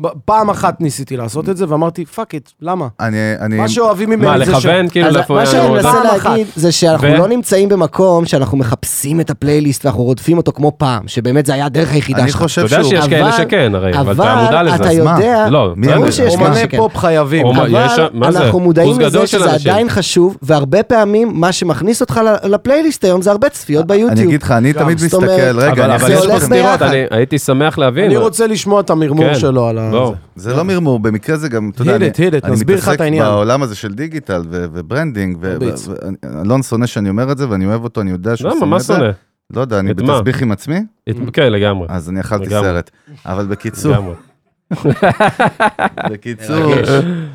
ב- פעם אחת ניסיתי לעשות את זה, ואמרתי, פאק איט, למה? אני, אני, מה שאוהבים ממני מה, זה ש... לכוון? כאילו, אז לאיפה מה היה שאני מאוד? מנסה פעם להגיד... אחת. זה שאנחנו ו- לא נמצאים במקום שאנחנו מחפשים את הפלייליסט ואנחנו רודפים אותו כמו פעם, שבאמת זה היה הדרך היחידה אני שלך. חושב אתה יודע שהוא... שיש כאלה אבל- שכן, הרי, אבל אתה אבל מודע לזה. אתה אז מה? יודע- לא, מי בסדר. אלה? ברור שיש אומני כאלה אומני שכן. פופ חייבים. אומ- מה, יש שם- מה אבל זה? אנחנו אחוז מודעים גדול לזה של שזה אנשים. עדיין חשוב, והרבה פעמים מה שמכניס אותך ל- לפלייליסט היום זה הרבה צפיות ביוטיוב. אני אגיד לך, אני גם, תמיד זאת מסתכל, אומרת- רגע, אבל אני אבל אחזיר יש פה אתכם. הולך סתירות, ביחד. אני הייתי שמח להבין. אני אבל- רוצה לשמוע את המרמור כן, שלו על ה... בואו. זה. זה לא מרמור, במקרה זה גם, אתה יודע, Hit אני- it, hit it, אני נסביר לך את מתעסק העניין. בעולם הזה של דיגיטל ו- וברנדינג, ו- מרביץ. ו- ו- אלון שונא שאני אומר את זה ואני אוהב אותו, אני יודע שהוא למה, שונא מה את זה. שונא? לא יודע, אני את מה? בתסביך עם עצמי, את- כן, לגמרי. אז אני אכלתי לגמרי. סרט. אבל בקיצור, לגמרי. בקיצור,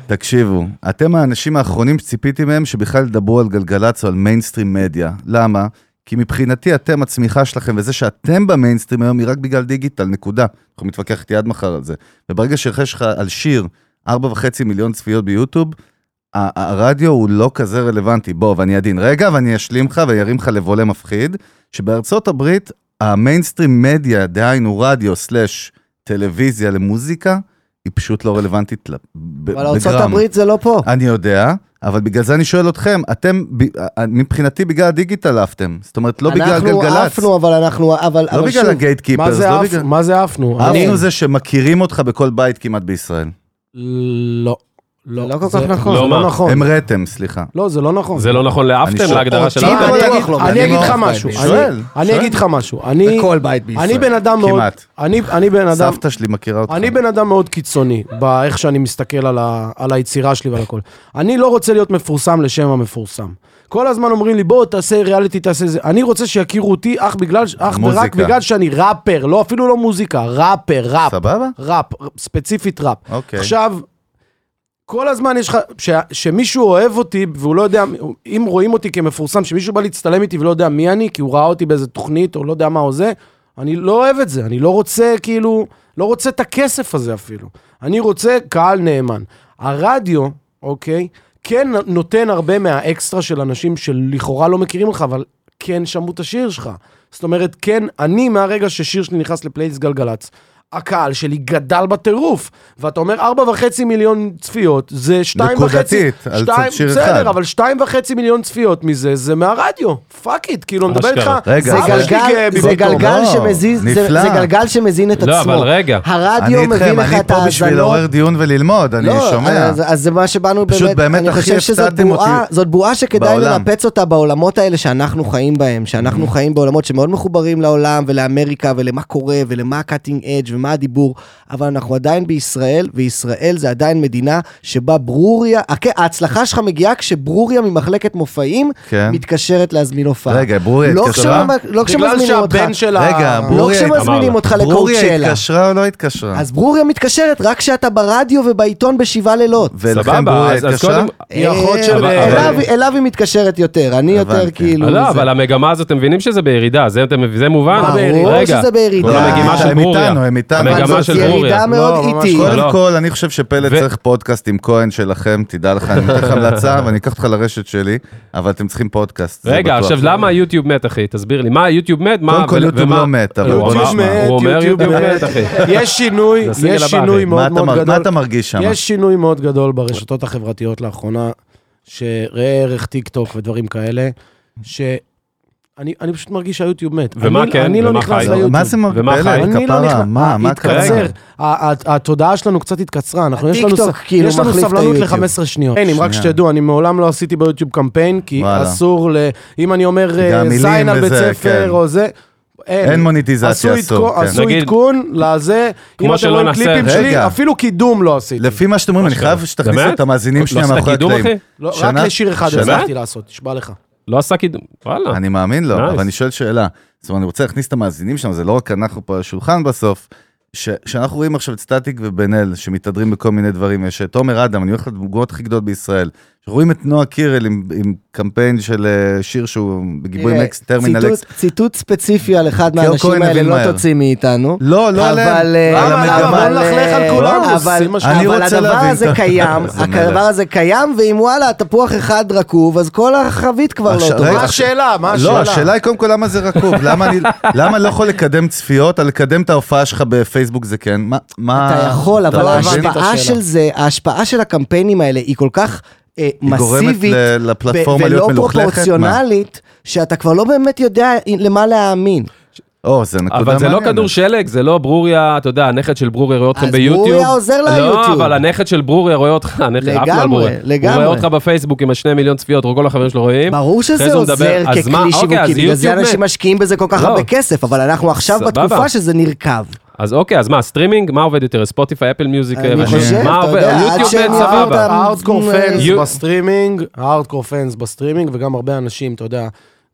תקשיבו, אתם האנשים האחרונים שציפיתי מהם שבכלל ידברו על גלגלצ או על מיינסטרים מדיה. למה? כי מבחינתי אתם, הצמיחה שלכם וזה שאתם במיינסטרים היום היא רק בגלל דיגיטל, נקודה. אנחנו נתווכח איתי עד מחר על זה. וברגע שרחש לך על שיר 4.5 מיליון צפיות ביוטיוב, ה- הרדיו הוא לא כזה רלוונטי. בוא, ואני עדין רגע, ואני אשלים לך וארים לך לבולה מפחיד, שבארצות הברית המיינסטרים מדיה, דהיינו רדיו סלאש טלוויזיה למוזיקה, היא פשוט לא רלוונטית ל- ב- אבל ארצות הברית זה לא פה. אני יודע, אבל בגלל זה אני שואל אתכם, אתם, ב- אה, מבחינתי בגלל הדיגיטל עפתם. זאת אומרת, לא בגלל אנחנו גלגלצ, עפנו, אבל אנחנו... אבל לא אבל בגלל שוב, הגייט מה קיפרס, זה לא עף- בגלל... מה זה עפנו? אני- עפנו זה שמכירים אותך בכל בית כמעט בישראל. לא. זה לא כל זה- כך נכון. זה לא, מה? לא נכון. הם ראתם, סליחה. לא, זה לא נכון. זה לא נכון אני לאפטם, שואל- להגדרה של אותי אפטם. בטוח אני לא אגיד- מעניין. אני אגיד לך אני משהו. שואל, אני- שואל. אני אגיד לך משהו. אני... בכל בית בישראל. אני בן אדם מאוד... כמעט. אני אני בן אדם... סבתא שלי מכירה אותך. אני בן אדם מאוד קיצוני, באיך שאני מסתכל על, ה, על היצירה שלי ועל הכל. אני לא רוצה להיות מפורסם לשם המפורסם. כל הזמן אומרים לי, בוא, תעשה ריאליטי, תעשה זה. אני רוצה שיכירו אותי אך, בגלל, אך ורק מוזיקה. בגלל שאני ראפר, לא, אפילו לא מוזיקה, ראפר, ראפ. סבבה? ראפ, ספציפית ראפ. אוקיי. עכשיו, כל הזמן יש לך, ש, שמישהו אוהב אותי והוא לא יודע, אם רואים אותי כמפורסם, שמישהו בא להצטלם איתי ולא יודע מי אני, כי הוא ראה אותי באיזה תוכנית או לא יודע מה או זה, אני לא אוהב את זה, אני לא רוצה כאילו, לא רוצה את הכסף הזה אפילו. אני רוצה קהל נאמן. הרדיו, אוקיי, כן נותן הרבה מהאקסטרה של אנשים שלכאורה לא מכירים אותך, אבל כן שמעו את השיר שלך. זאת אומרת, כן, אני מהרגע ששיר שלי נכנס לפלייליסט גלגלצ, הקהל שלי גדל בטירוף. ואתה אומר, ארבע וחצי מיליון צפיות, זה שתיים וחצי... נקודתית, על שתיים- צד שיר אחד. בסדר, אבל שתיים וחצי מיליון צפיות מזה, זה מהרדיו. פאק איט, כאילו, אני מדבר איתך... אשכרה. רגע, זה אבל- אבא שלי גלגל, גאה בי זה פתאום. גלגל לא, שמזיז, זה- נפלא. זה גלגל שמזין את לא, עצמו. אבל רגע. הרדיו אני מביא איתכם, לך אני את פה בשביל ההאזנות. לעורר דיון וללמוד, אני לא, שומע. אז, אז זה מה שבאנו פשוט באמת אני הכי חושב שזאת הפתעתם אותי בועה, זאת בועה שכדאי בעולם. Mm-hmm. לנפץ אותה בעולמות האלה שאנחנו חיים בהם, שאנחנו חיים בעולמות שמאוד מחוברים לעולם ולאמריקה ולמה קורה ולמה הקאטינג אדג' ומה הדיבור, אבל אנחנו עדיין בישראל, וישראל זה עדיין מדינה שבה ברוריה, הכ- ההצלחה שלך מגיעה כשברוריה ממחלקת מופעים כן. מתקשרת להזמין הופעה. רגע, ברוריה לא התקשרה? כשממ- לא בגלל כשמזמינים אותך. שהבן של ה... רגע, לא ברוריה- כשמזמינים אמר אותך ברוריה לקואוצ'לה. התקשרה או לא התקשרה? אז ברוריה מתקשרת רק כשאתה ברדיו ובעיתון בשבעה לילות. ולכן סבבה, ברוריה אז- אז התקשרה? קודם... היא אחות של- אבל- אבל- אליו- אליו היא מתקשרת יותר, אני יותר הבנתי. כאילו... לא, זה- אבל המגמה הזאת, אתם מבינים שזה בירידה, זה אתם- זה מובן? ברור רגע, שזה בירידה. כל המגמה של הם ברוריה. איתנו, הם איתנו. אבל המגמה זאת של ברוריה. ירידה מאוד לא, ממש איטית. לא. קודם כל, אני חושב שפלד ו- צריך פודקאסט עם כהן שלכם, תדע לך, אני אתן לך המלצה ואני אקח אותך לרשת שלי, אבל אתם צריכים פודקאסט. זה רגע, בטוח. עכשיו למה היוטיוב מת, אחי? תסביר לי, מה היוטיוב מת? מה- קודם כל ול- יוטיוב ומה- לא מת, אבל הוא בוא אמר- יוטיוב נשמע. מת, הוא אומר יוטיוב מת, אחי. יש שינוי, זה הסגל יש הבא, שינוי אחי. מה מאוד אתה מר- מאוד מה גדול. אתה מרגיש שם? יש שינוי מאוד גדול ברשתות החברתיות לאחרונה, שראה ערך טיק טוק ודברים כאלה, ש... אני, אני פשוט מרגיש שהיוטיוב מת. ומה אני, כן? אני לא ומה נכנס חי? ליוטיוב. מה זה מרגיש? ומה חי? פלד, אני לא כפרה, נכנס- מה, מה התקצר. קרה? ה- ה- התודעה שלנו קצת התקצרה, אנחנו יש לנו הטיקטוק ס- כאילו יש לנו מחליף את סבלנות היוטיוב. ל-15 שניות. קמפיינים, רק שנייה. שתדעו, אני מעולם לא עשיתי ביוטיוב קמפיין, כי וואלה. אסור ל... אם אני אומר אה, גם מילים זין על וזה, בית ספר כן. או זה... אין מוניטיזציה, עשו אסור, עדכון- כן. עשו נגיד- עדכון לזה, אם כמו אתם שלא רואים נעשה- קליפים שלי, רגע. אפילו קידום לא עשיתי. לפי מה שאתם אומרים, אני חייב שתכניסו באמת? את המאזינים לא שנייה עשית מאחורי קידום, הקלעים. אחי? לא, רק שנה? לשיר אחד שנה? הצלחתי לעשות, נשבע לך. לא עשה קידום, וואלה. אני מאמין לו, Nice. אבל אני שואל שאלה. זאת אומרת, אני רוצה להכניס את המאזינים שם, זה לא רק אנחנו פה על השולחן בסוף. ש- שאנחנו רואים עכשיו את סטטיק ובן אל, שמתהדרים בכל מיני דברים, יש את תומר אדם, אני הולך לדמוגות הכי גדולות בישראל, שרואים את נועה קירל עם, עם קמפיין של אה, שיר שהוא בגיבוי תראה, מקס, טרמינל אקס. אה, ציטוט- ציטוט ספציפי על אחד קיאו כהן מהאנשים האלה אבימאיר. לא תוציא מאיתנו. לא, לא עליהם, לא אבל... אה, על למה, למה? המגמה. בוא נלכלך על אה, כולנו, אבל- זה מה ש- אני אבל רוצה הדבר להבין. הזה קיים, זה מלך. הדבר הזה קיים, ואם וואלה, תפוח אחד רקוב, אז כל החבית כבר לא עכשיו, רגע, טובה. מה השאלה? מה השאלה? לא, השאלה היא קודם כל למה זה רקוב, למה אני למה לא יכול לקדם צפיות, על לקדם את ההופעה שלך בפייסבוק זה כן, מה, מה, אתה יכול, אבל לא הבנתי מבין? את השאלה. ההשפעה של זה, ההשפעה של הקמפיינים האלה היא כל כך אה, היא גורמת מסיבית. ל- לפלטפורמה ו- להיות ולא מלוכלכת, מה? פרופורציונלית, שאתה כבר לא באמת יודע למה להאמין. או, זה נקודה אבל זה לא מעניינת. כדור שלג, זה לא ברוריה, אתה יודע, הנכד של ברוריה רואה אתכם אז ביוטיוב. ברוריה עוזר לא, ליוטיוב. אבל הנכד של ברוריה רואה אותך, הנכד, עפנו על לגמרי, ברוריה. הוא לגמרי. רואה אותך בפייסבוק עם השני מיליון צפיות, כל החברים שלו רואים. ברור אחרי שזה זה הוא עוזר מדבר, אז מה, ככלי אוקיי, אז שיווקי, בגלל זה יוטיוב אנשים מת. משקיעים בזה כל כך לא. הרבה כסף, אבל אנחנו עכשיו סבבה. בתקופה שזה נרכב. אז אוקיי, אז מה, סטרימינג? מה עובד יותר? ספוטיפיי, אפל מיוזיק? אני אבל- חושב, מה אתה עובד? יודע, עד יוטיוב שהם אה, כן, מת, יביאו סבבה. אותם- אה, הארדקור פאנס יו- אה, בסטרימינג, הארדקור פאנס בסטרימינג, וגם הרבה אנשים, אתה יודע,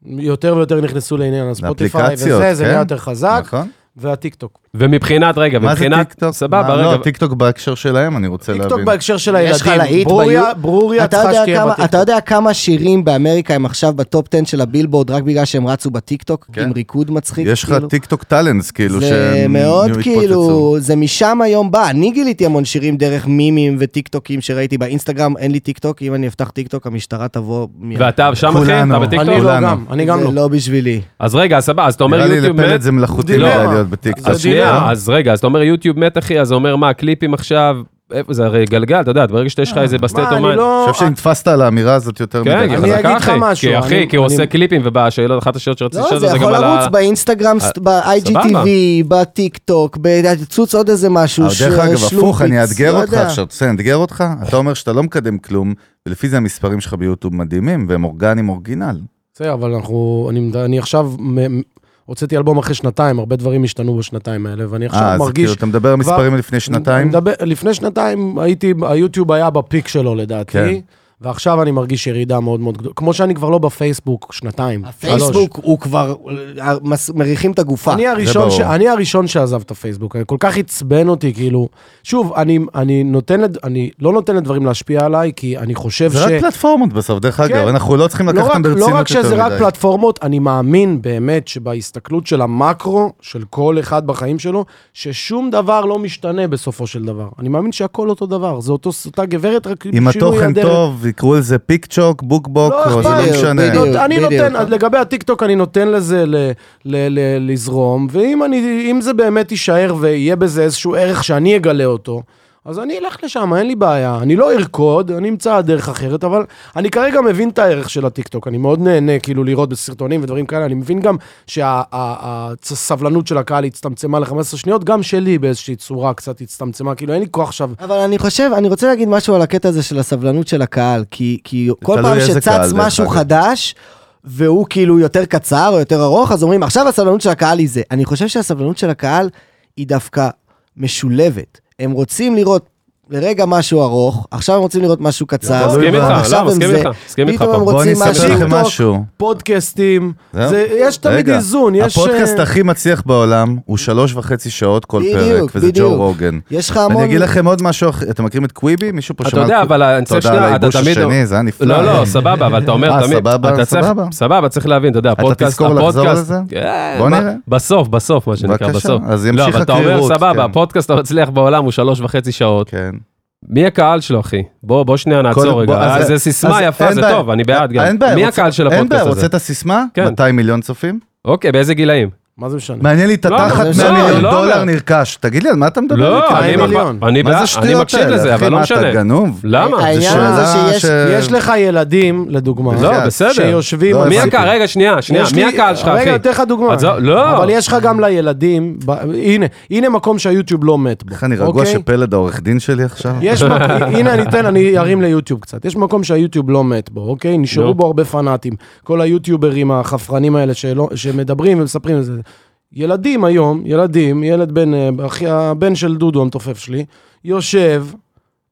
יותר ויותר נכנסו לעניין הספוטיפיי, לאפליקציות, וזה, זה כן. נהיה יותר חזק, נכון? והטיקטוק. ומבחינת, רגע, מה זה מבחינת... טיקטוק? סבבה, מה, רגע. לא, טיקטוק בהקשר שלהם, אני רוצה להבין. טיקטוק בהקשר של יש לך הילדים, להיט ברוריה, ביו- ברוריה אתה צריכה יודע שתהיה כמה- אתה בטיקטוק. יודע כמה שירים באמריקה הם עכשיו בטופ 10 של הבילבורד רק בגלל שהם רצו בטיקטוק, כן. עם ריקוד מצחיק? יש לך כאילו? טיקטוק טאלנס, כאילו, זה שהם מאוד יתפוצצו. כאילו, זה משם היום בא. אני גיליתי המון שירים דרך מימים וטיקטוקים שראיתי באינסטגרם, אין לי טיקטוק, אם אני אפתח טיקטוק המשטרה תבוא מיד. ואתה שם, אחי? כולנו. אתה בטיקטוק? אני לא כולנו. גם, אני גם זה לא. לא בשבילי. אז רגע, אז סבבה, אז אתה אומר נראה לי יוטיוב מת? לפלט זה מלאכותי דילמה. מדי להיות בטיקטוק. אז זה דילמה. שנייה, אז רגע, אז אתה אומר יוטיוב מת, אחי, אז אתה אומר מה, הקליפים עכשיו, איפה זה הרי גלגל, אתה יודע, ברגע שיש לך איזה בסטייט אה, מה, אני אומן. לא... אני חושב שנתפסת על האמירה הזאת יותר מדי. כן, כי אני חזק. אגיד חזקה לך אחי, משהו, כי אני- אחי, כי הוא אני- עושה קליפים, ובשאלות, אחת השאלות שרציתי לא, לשאול זה זה גם יכול על לרוץ ה... אה, באינסטגרם, סבבה. ב-IGTV, בטיקטוק, בצוץ עוד איזה משהו. אבל דרך ש- אגב, שלופיץ, הפוך, אני לא אאתגר אותך יודע. עכשיו. בסדר, אני אאתגר אותך? אתה אומר שאתה לא מקדם כלום, ולפי זה המספרים שלך ביוטיוב מדהימים, והם אורגנים אורגינל. בסדר, אבל אנחנו... אני, מד- אני עכשיו... מ- מ- הוצאתי אלבום אחרי שנתיים, הרבה דברים השתנו בשנתיים האלה, ואני אה, עכשיו אז מרגיש... כאילו, אתה מדבר על מספרים לפני אני שנתיים? מדבר, לפני שנתיים הייתי, היוטיוב היה בפיק שלו לדעתי, כן. כן. ועכשיו אני מרגיש ירידה מאוד מאוד גדולה. כמו שאני כבר לא בפייסבוק שנתיים, שלוש. הפייסבוק הוא כבר, אה, מס- מריחים את הגופה. אני הראשון, ש... ברור. אני הראשון שעזב את הפייסבוק, אני- כל כך עצבן אותי, כאילו... שוב, אני, אני, נותן, לד- אני לא נותן לדברים להשפיע עליי, כי אני חושב זה ש... רק פלטפורמות בסוף, דרך אגב, כן. אנחנו לא צריכים לקחת לא אותם רק, ברצינות לא רק יותר מדי. שזה רק פלטפורמות, אני מאמין באמת שבהסתכלות של המקרו, של כל אחד בחיים שלו, ששום דבר לא משתנה בסופו של דבר. אני מאמין שהכל אותו דבר, זה אותו, אותה גברת, רק אם שינוי התוכן הדרך. טוב, יקראו לזה פיק צ'וק, בוק בוק, לא או זה אכפת לא לי, משנה. בדיוק. נות- אני נותן, בדיוק. אז לגבי הטיקטוק אני נותן לזה ל- ל- ל- לזרום, ואם אני, אם זה באמת יישאר ויהיה בזה איזשהו ערך שאני אגלה אותו, אז אני אלך לשם, אין לי בעיה. אני לא ארקוד, אני אמצא דרך אחרת, אבל אני כרגע מבין את הערך של הטיקטוק, אני מאוד נהנה כאילו לראות בסרטונים ודברים כאלה, אני מבין גם שהסבלנות של הקהל הצטמצמה ל-15 שניות, גם שלי באיזושהי צורה קצת הצטמצמה, כאילו אין לי כוח עכשיו אבל אני חושב, אני רוצה להגיד משהו על הקטע הזה של הסבלנות של הקהל, כי, כי כל תלוי פעם איזה קהל, שצץ דרך משהו אגב. חדש, והוא כאילו יותר קצר או יותר ארוך, אז אומרים, עכשיו הסבלנות של הקהל היא זה. אני חושב שהסבלנות של הקהל היא דווקא משולבת. הם רוצים לראות לרגע משהו ארוך, עכשיו הם רוצים לראות משהו קצר. מסכים מסכים איתך, עכשיו לא, הם מסכים זה. איתך, מסכים איתך פתאום הם פה. בואו אני רוצים אספר משהו. לכם טיקטוק, משהו. פודקאסטים, זהו? זה, יש תמיד רגע, איזון, יש... אה, הפודקאסט הכי מצליח בעולם הוא שלוש וחצי שעות כל פרק, בדיוק, וזה ג'ו בדיוק. רוגן. יש לך ואני המון... אגיד לכם עוד משהו, אחר- אתם מכירים את קוויבי? מישהו פה אתה שמע על יודע, קו- אבל אני צריך תודה על שנייה, אתה הייבוש תמיד... השני, זה היה נפלא. לא, לא, סבבה, אבל אתה אה, אומר תמיד... סבבה, אתה צריך- סבבה. סבבה, צריך להבין, אתה יודע, הפודקאסט... תזכור לחזור הפודקאסט- לזה? אה, בוא מה- נראה. בסוף, בסוף, מה שנקרא, בבקשה, בסוף. אז לא, ימשיך אבל אתה אומר, הקרירות, סבבה, כן. הפודקאסט המצליח בעולם הוא שלוש וחצי שעות. כן. מי הקהל שלו, אחי? בוא, בוא שנייה כל- נעצור בוא, רגע. אז- אה, זה סיסמה אז יפה, אין זה בעיה. טוב, אני בעד גם. אין בעיה, מי רוצה- הקהל של אין בעיה, הפודקאסט רוצה הזה? את הסיסמה? כן. 200 מיליון צופים? אוקיי, באיזה גילאים? מה זה משנה? מעניין לי את לא, התחת זה 100 לא, מיליון לא דולר אומר. נרכש. תגיד לי, על מה אתה מדבר? איתי? לא, כמה אני מיליון? אני מה זה בעד- אני השטויות מקשיב האלה? אחי, לזה, אבל לא מה, אתה משנה. גנוב? למה? זו העניין הזה שאלה שיש- ש... יש לך ילדים, לדוגמה, אה, לא, בחייאת, בסדר. שיושבים... לא, מי הבנתי. הקהל? רגע, שנייה, שנייה. יש מי לי- הקהל שלך, אחי? רגע, אתן לך דוגמה. אז לא- לא. אבל יש לך גם לילדים, ב- הנה, הנה מקום שהיוטיוב לא מת בו. איך אני רגוע אוקיי? שפלד העורך דין שלי עכשיו? יש מקום, הנה אני אתן, אני ארים ליוטיוב קצת. יש מקום שהיוטיוב לא מת בו, אוקיי? נו. נשארו בו הרבה פנאטים. כל היוטיוברים החפרנים האלה שלא- שמדברים ומספרים את זה. ילדים היום, ילדים, ילד בן, אה, אחי, הבן של דודו המתופף שלי, יושב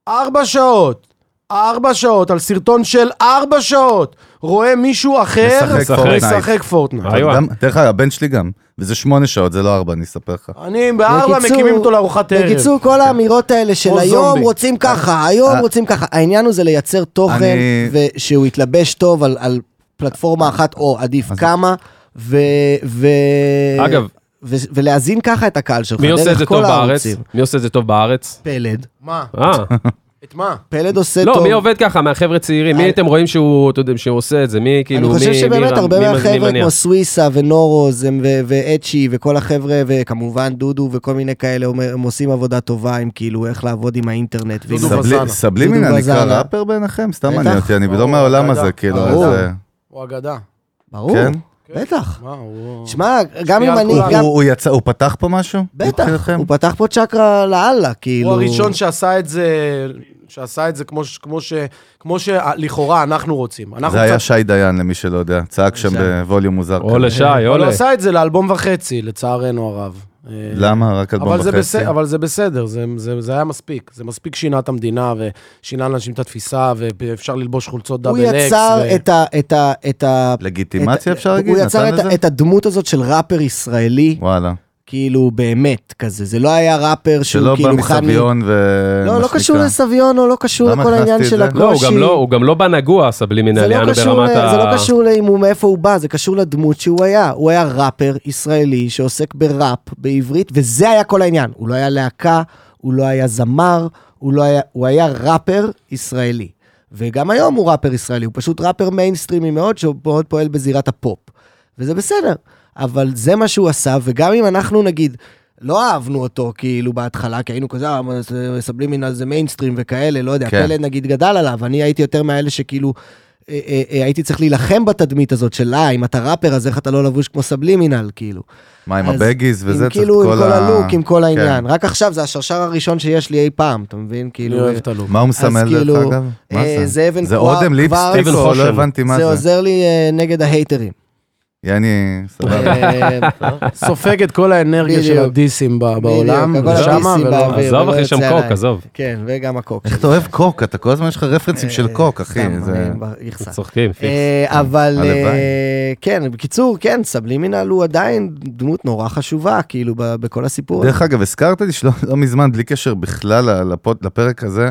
ארבע שעות ארבע שעות, על סרטון של ארבע שעות, רואה מישהו אחר משחק פורטנייט. משחק פורטנייט. היי, גם- דרך אגב, הבן שלי גם, וזה שמונה שעות, זה לא ארבע, אני אספר לך. אני בארבע בקיצור- מקימים אותו לארוחת ערב. כן. בקיצור, כל האמירות האלה של כמו היום זומבי. רוצים ככה, היום אה. רוצים ככה. העניין הוא זה לייצר תוכן, אני- ושהוא יתלבש טוב על- על פלטפורמה אחת, או עדיף אז- כמה, ו... ו... אגב, ו- ולהזין ככה את הקהל שלך, מי עושה את דרך זה כל טוב בארץ? הערוצים. מי עושה את זה טוב בארץ? פלד. מה? אה, את מה? פלד עושה טוב. לא, מי עובד ככה מהחבר'ה צעירים? מי אני- הייתם רואים שהוא, אתה יודע, שהוא עושה את זה? מי, כאילו, אני מי, חושב מי שבאמת רם- הרבה מי- מי מהחבר'ה מניע? כמו סוויסה ונורוז הם- ו- ואצ'י וכל החבר'ה וכמובן דודו וכל מיני כאלה אומר- הם עושים עבודה טובה עם כאילו איך לעבוד עם האינטרנט. ועם דודו זה. סבלי- בזנה. סבלימינה דודו נקרא בזנה. ראפר בעיניכם? סתם בטח. מעניין אותי, אני לא ברור, מהעולם אתה הזה, יודע. כאילו. ברור. אז, אה, הוא אגדה. ברור, כן? בטח. מה, הוא... שמע, גם משפיע אם נכון. על אני... כולם. גם- הוא הוא יצא, הוא פתח פה משהו? בטח, מבחינתכם? הוא פתח פה צ'קרה לאללה, כאילו... הוא הראשון שעשה את זה, שעשה את זה כמו ש- כמו ש... כמו שלכאורה אנחנו רוצים. אנחנו זה היה קצת- שי דיין, למי שלא יודע. צעק שם שי. בווליום מוזר. או כזה. לשי, או אבל ל... הוא עשה את זה לאלבום וחצי, לצערנו הרב. אה, למה? רק אלבום אבל זה, וחצי? בסדר, אבל זה בסדר, זה, זה, זה היה מספיק. זה מספיק שינה את המדינה ושינה לאנשים את התפיסה, ואפשר ללבוש חולצות הוא דאבל אקס. יצר ו... את ה... את ה... את ה... לגיטימציה את- אפשר להגיד? הוא יצר נתן את ה- לזה? את הדמות הזאת של ראפר ישראלי, וואלה. כאילו באמת, כזה. זה לא היה ראפר שלא שהוא בא כאילו חני... מסביון ו... לא, מה לא קשור שנקרא. לסביון, או לא קשור למה לכל העניין הכנסתי של את זה? הקושי. לא, הוא גם לא, הוא גם לא בא נגוע זה סבלימינלי, לא אנו קשור, ברמת ל... ה... זה לא קשור לאם הוא מאיפה הוא בא, זה קשור לדמות שהוא היה. הוא היה ראפר ישראלי שעוסק בראפ בעברית, וזה היה כל העניין. הוא לא היה להקה, הוא לא היה זמר, הוא, לא היה... הוא היה ראפר ישראלי. וגם היום הוא ראפר ישראלי, הוא פשוט ראפר מיינסטרימי מאוד, שמאוד פועל בזירת הפופ. וזה בסדר, אבל זה מה שהוא עשה, וגם אם אנחנו נגיד... לא אהבנו אותו כאילו בהתחלה, כי היינו כזה, מסבלים מן על זה מיינסטרים וכאלה, לא יודע, כן. פלד נגיד גדל עליו, אני הייתי יותר מאלה שכאילו אה, אה, אה, הייתי צריך להילחם בתדמית הזאת של אה, אם אתה ראפר אז איך אתה לא לבוש כמו סבלימינל, כאילו. מה, עם אז הבגיז וזה? עם צריך כאילו, עם את כל ה- הלוק, עם כל העניין. כן. רק עכשיו זה השרשר הראשון שיש לי אי פעם, אתה מבין? אני כאילו... אוהב אה, את הלוק. מה הוא מסמל כאילו, דרך אגב? מה אה, זה? זה אבן זה כבר- אודם כבר- ליפסטיק אבן או חושן. לא הבנתי מה זה זה. עוזר לי אה, נגד ההייטרים. יעני, סבבה. אה, סופג את כל האנרגיה של בדיוק. הדיסים ב- בעולם, הכל ושמה, הדיסים ולא... באוויר. עזוב, לא אחי, שם יוצא קוק, עליי. עזוב. כן, וגם הקוק. איך אתה אוהב קוק? אתה כל הזמן יש לך רפרנסים אה, של קוק, אחי. זה- כן, יחסר. צוחקים, פיקס. אה, אבל הלוואי. אה, כן, בקיצור, כן, סבלימינל הוא עדיין דמות נורא חשובה, כאילו, ב- בכל הסיפור. הזה. דרך אגב, הזכרת לי שלא לא מזמן, בלי קשר בכלל לפוד- לפרק הזה,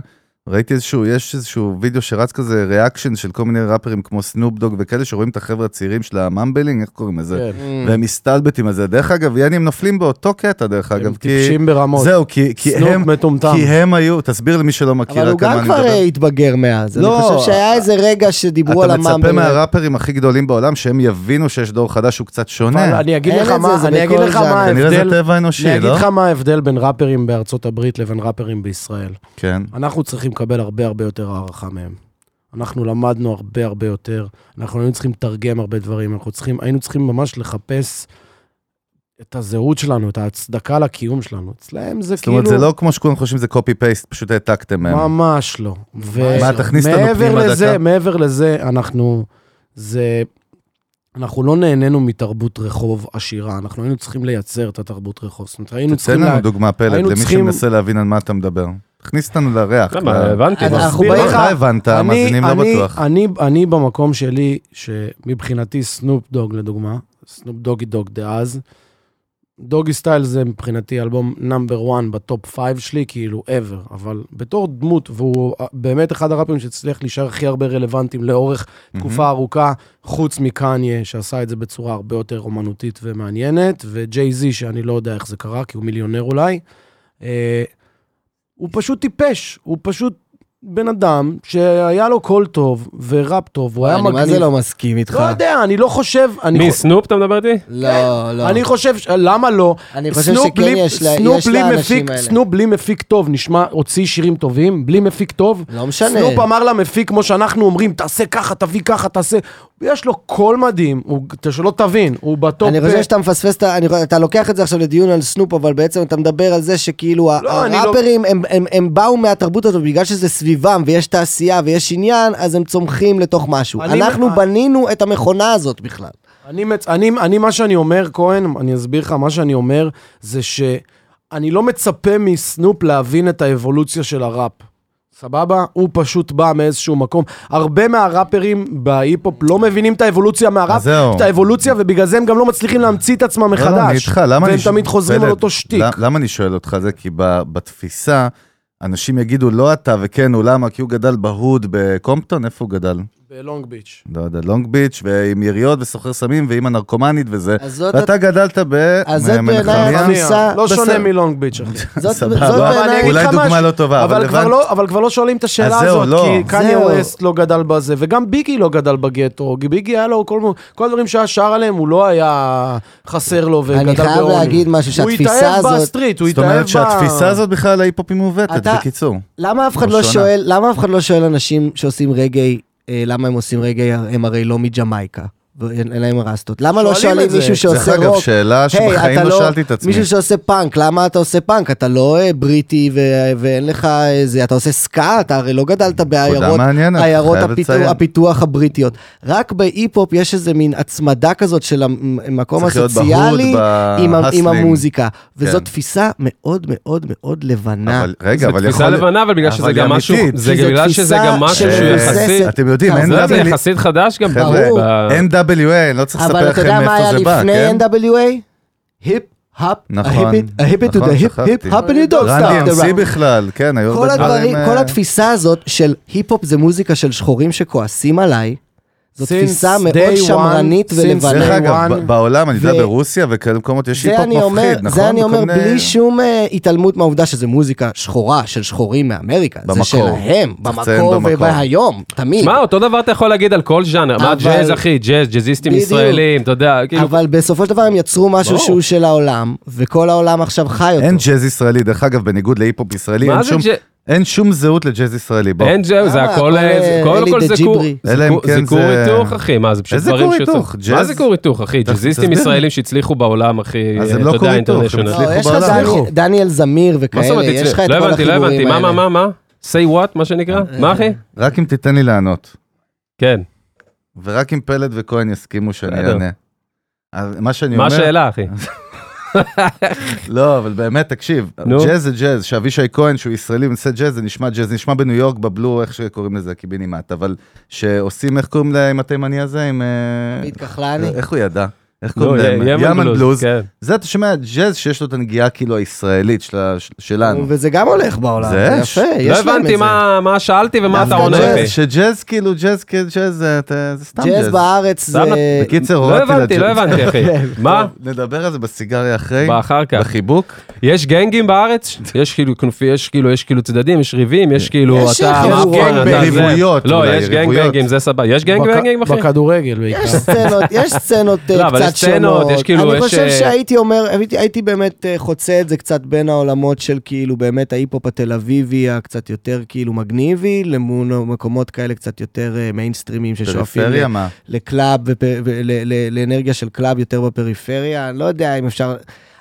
ראיתי איזשהו, יש איזשהו וידאו שרץ כזה ריאקשן של כל מיני ראפרים כמו סנופ דוג וכאלה, שרואים את החבר'ה הצעירים של הממבלינג, איך קוראים לזה? כן. והם מסתלבטים על זה. דרך אגב, יעני, הם נופלים באותו קטע, דרך הם אגב, כי... טיפשים ברמות. זהו, כי כי סנופ הם... מטומטם. כי הם היו, תסביר למי שלא מכיר אבל הוא רק על מה גם אני כבר אה, מדבר. התבגר מאז. אני לא, חושב שהיה איזה רגע שדיברו על אתה מצפה המאמבר. מהראפרים הכי גדולים בעולם שהם יבינו שיש דור חדש שהוא קצת אבל שונה. אני אגיד אין לך את זה, מה זה אני אגיד בכל לך מה ז'אנר. כנראה זה ההבדל... טבע אני האנושי, אגיד לא? לך מה ההבדל בין ראפרים בארצות הברית לבין ראפרים בישראל. כן. אנחנו צריכים לקבל הרבה הרבה יותר הערכה מהם. אנחנו למדנו הרבה הרבה יותר, אנחנו היינו צריכים לתרגם הרבה דברים, אנחנו צריכים, היינו צריכים ממש לחפש את הזהות שלנו, את ההצדקה לקיום שלנו. אצלהם זה זאת אומרת, כאילו... זה לא כמו שכולם חושבים שזה קופי פייסט, פשוט העתקתם מהם. ממש לא. ו- מה, תכניס אותנו מעבר פנימה דקה. לזה, מעבר לזה, אנחנו... זה... אנחנו לא נהנינו מתרבות רחוב עשירה, אנחנו היינו צריכים לייצר את התרבות רחוב. זאת אומרת, היינו תן צריכים... לה- לנו דוגמה פלט, היינו למי צריכים- שמנסה להבין על מה אתה מדבר. תכניס אותנו לריח. למה, ל- הבנתי. אה, אז מה. אנחנו לא, באים לך- אתה הבנת, המאזינים לא אני- בטוח. אני, אני במקום שלי, שמבחינתי סנופ דוג לדוגמה, סנופ דוגי דוג דאז, דוגי סטייל זה מבחינתי אלבום נאמבר 1 בטופ 5 שלי, כאילו ever, אבל בתור דמות, והוא אה, באמת אחד הראפרים שהצליח להישאר הכי הרבה רלוונטיים לאורך תקופה ארוכה, חוץ מקניה, שעשה את זה בצורה הרבה יותר אומנותית ומעניינת, וג'יי זי, שאני לא יודע איך זה קרה, כי הוא מיליונר אולי. אה, הוא פשוט טיפש, הוא פשוט בן אדם שהיה לו קול טוב וראפ טוב, הוא היה אני מגניב. מה זה לא מסכים איתך? לא יודע, אני לא חושב... אני מי, חו- סנופ אתה מדבר איתי? לא, לא. אני חושב, ש- למה לא? אני חושב סנופ שכן בלי- יש לה- סנופ יש בלי לאנשים מפיק- האלה. סנופ בלי מפיק טוב, נשמע, הוציא שירים טובים, בלי מפיק טוב. לא משנה. סנופ אמר למפיק, כמו שאנחנו אומרים, תעשה ככה, תביא ככה, תעשה. יש לו קול מדהים, הוא- שלא תבין, הוא בטופ... אני חושב שאתה מפספס, את ה- אני חושב- אתה לוקח את זה עכשיו לדיון על סנופ, אבל בעצם אתה מדבר על זה שכאילו ה- לא, אני לא- הראפרים, הם- הם- הם באו מהתרבות הזאת, בגלל שזה סביבם ויש תעשייה ויש עניין, אז הם צומחים לתוך משהו. אני- אה. אנחנו בנינו את המכונה הזאת בכלל. אני, מצ... אני, אני, מה שאני אומר, כהן, אני אסביר לך, מה שאני אומר זה שאני לא מצפה מסנופ להבין את האבולוציה של הראפ. סבבה? הוא פשוט בא מאיזשהו מקום. הרבה מהראפרים בהיפ-הופ לא מבינים את האבולוציה אז מהראפ, זהו. את האבולוציה, ובגלל זה הם גם לא מצליחים להמציא את עצמם לא, לא, אני מחדש. איתך, למה והם אני... ש- תמיד חוזרים פלד, על אותו שטיק. למ- למה אני שואל אותך זה? כי ב- בתפיסה, אנשים יגידו לא אתה וכן הוא, למה? כי הוא גדל בהוד בקומפטון, איפה הוא גדל? בלונג ביץ'. לא יודע, לונג ביץ', ועם יריות וסוחר סמים, ועם הנרקומנית וזה. אז זאת... ואתה גדלת אז זאת בעיניי במנחמיה. התפיסה... לא שונה בסדר. מלונג ביץ', אחי. זאת סבבה. זאת לא, אני בעיניי... אגיד אולי לך דוגמה משהו, לא טובה, אבל אבל כבר הבנת. לא- אבל כבר לא שואלים את השאלה אז זהו, הזאת, לא. כי קניה זהו. ווסט לא גדל בזה, וגם ביגי לא גדל בגטו, כי ביגי היה לו כל מ- כל הדברים שהיה שר עליהם, הוא לא היה חסר לו וגדל אני בעוני. חייב להגיד משהו, הוא שהתפיסה התאהב הזאת... בסטריט, הוא זאת התאהב ב... אומרת שהתפיסה הזאת בכלל ההיפ-הופ היא מעוותת, אתה- בקיצור. למה אף אחד או לא שונה. שואל, למה אף אחד לא שואל אנשים שעושים רגעי, אה, למה הם עושים רגעי, הם הרי לא מג'מייקה, ואין אין להם רסטות. למה לא שואלים שואלים את זה. מישהו דרך שעושה אגב, רוק? שאלה היי, שבחיים אתה לא שאלתי את עצמי. מישהו שעושה פאנק, למה אתה עושה פאנק? אתה לא אה, בריטי ו- ואין לך איזה, אתה עושה סקה, אתה הרי לא גדלת בעיירות, מעניינת, עיירות חייב הפיתוח, לציין. הפיתוח הבריטיות. רק בהיפ-הופ יש איזה מין הצמדה כזאת של המקום צריך להיות הסוציאלי בהוד, עם, ה- עם בהסלינג. המוזיקה. וזו כן. תפיסה מאוד מאוד מאוד לבנה. אבל רגע, אבל זו יכול... תפיסה לבנה, אבל בגלל שזה אבל היא גם משהו, אמיתית. זה כי זו בגלל שזה תפיסה גם משהו שהוא שמבוססת- יחסית, אתם יודעים, אתה אין יודע, לא, זה WA, יחסית חדש גם. חבר'ה, ב- NWA, אני לא צריך לספר אבל אתה יודע לכם מה היה מאיפה זה בא, לפני כן? NWA? היפ, האפ, נכון, ההיפי to the נכון, היפ, שכחתי. היפ, האפ and you don't רנדי stop the אמסי rock. בכלל, כן, היו כל הרבה הדברים, דברים... אה, כל התפיסה הזאת של היפ-הופ זה מוזיקה של שחורים שכועסים עליי, זו Since תפיסה day מאוד one, שמרנית since דרך ולבנה. day אגב, one. ב- בעולם, אני יודע, ו- ברוסיה וכאלה מקומות, יש זה היפ-הופ אני אומר, מפחיד, נכון? זה אני אומר בכל מיני- בלי שום אה, התעלמות מהעובדה שזה מוזיקה שחורה של שחורים מאמריקה, זה במקור. שלהם, צריך לציין במקור במקור. ובהיום, תמיד. שמע, אותו דבר אתה יכול להגיד על כל ז'אנר. מה אבל- ג'אז, אחי? ג'אז, ג'אזיסטים בדיוק. ישראלים, אתה יודע, כאילו... אבל בסופו של דבר הם יצרו משהו ברור. שהוא של העולם, וכל העולם עכשיו חי אותו. אין ג'אז ישראלי, דרך אגב, בניגוד להיפ-הופ ישראלי, מה אין זה שום- ג'אז? אין שום זהות לג'אז ישראלי. בוא. אין ג'אז, זה למה? הכל... הכל, אה, זה- אה, קודם אלי כל זה דה כור... ג'יברי. זה אלא אם כור- כן זה כור זה- היתוך, אחי, מה, זה פשוט איזה דברים כור שיוצאים. היתוך? מה ג'אז? זה כור היתוך, אחי? תסביר. ג'אזיסטים ישראלים שהצליחו בעולם, אחי, אז הם אה, לא אתה כור יודע, היתוך, הם אינטרנשיונל. הצליחו לא, יש לך בעולם. דני- הצליחו. דניאל זמיר מה זאת וכאלה, אומרת? אוקיי, יש לך את לא כל הבנתי, לא החיבורים הבנתי. האלה. אה, מה, מה, מה, מה? say what, מה שנקרא? מה, אחי? רק אם תיתן לי לענות, כן. ורק אם פלד וכהן יסכימו שאני בסדר. אענה. אז מה שאני מה אומר, השאלה, אחי? לא, אבל באמת, תקשיב, נו. ג'אז זה ג'אז, שאבישי כהן, שהוא ישראלי ונושא ג'אז, זה נשמע ג'אז, זה נשמע בניו יורק, בבלו, איך שקוראים לזה, קיבינימט, אבל שעושים, איך קוראים להם התימני הזה, עם... אה, עמית כחלני. איך הוא ידע? איך נו, קוראים להם? לא, יא- ימן בלוז. כן. זה אתה שומע ג'אז שיש לו את הנגיעה כאילו הישראלית של ה- של- שלנו. וזה גם הולך בעולם, זה זה אש. יפה, יש לא להם את הבנתי זה. מה מה שאלתי ומה אתה דווקא עונה ג'אז. לי. שג'אז כאילו, ג'אז כאילו, ג'אז זה אתה- זה סתם ג'אז ג'אז. בארץ זה... למה? בקיצר, לא הורדתי הבנתי, לא לג'אז. הבנתי, אחי. מה? טוב, נדבר על זה בסיגריה אחרי, באחר כך. בחיבוק. יש גנגים בארץ? יש כאילו כנופי, יש כאילו, יש כאילו צדדים, יש ריבים, יש כאילו, יש אתה... ריב- מה הפועל, גנג אתה זה. בריבויות, לא, אולי, יש גנג ריבויות. בנגים, זה סבבה. יש גנג בכ- בנגים, אחי? בכדורגל בעיקר. יש סצנות, יש סצנות אה, לא, אבל יש קצת סצנות, שונות. יש כאילו, אני יש, חושב אה, שהייתי אומר, הייתי- הייתי באמת אה, חוצה את זה קצת בין העולמות של כאילו באמת ההיפ-הופ התל אביבי הקצת יותר כאילו מגניבי, למול מקומות כאלה קצת יותר אה, מיינסטרימים ששואפים ל- פריפריה מה? לקלאב, ופ- ול- ל- לאנרגיה של קלאב יותר בפריפריה, אני לא יודע אם אפשר...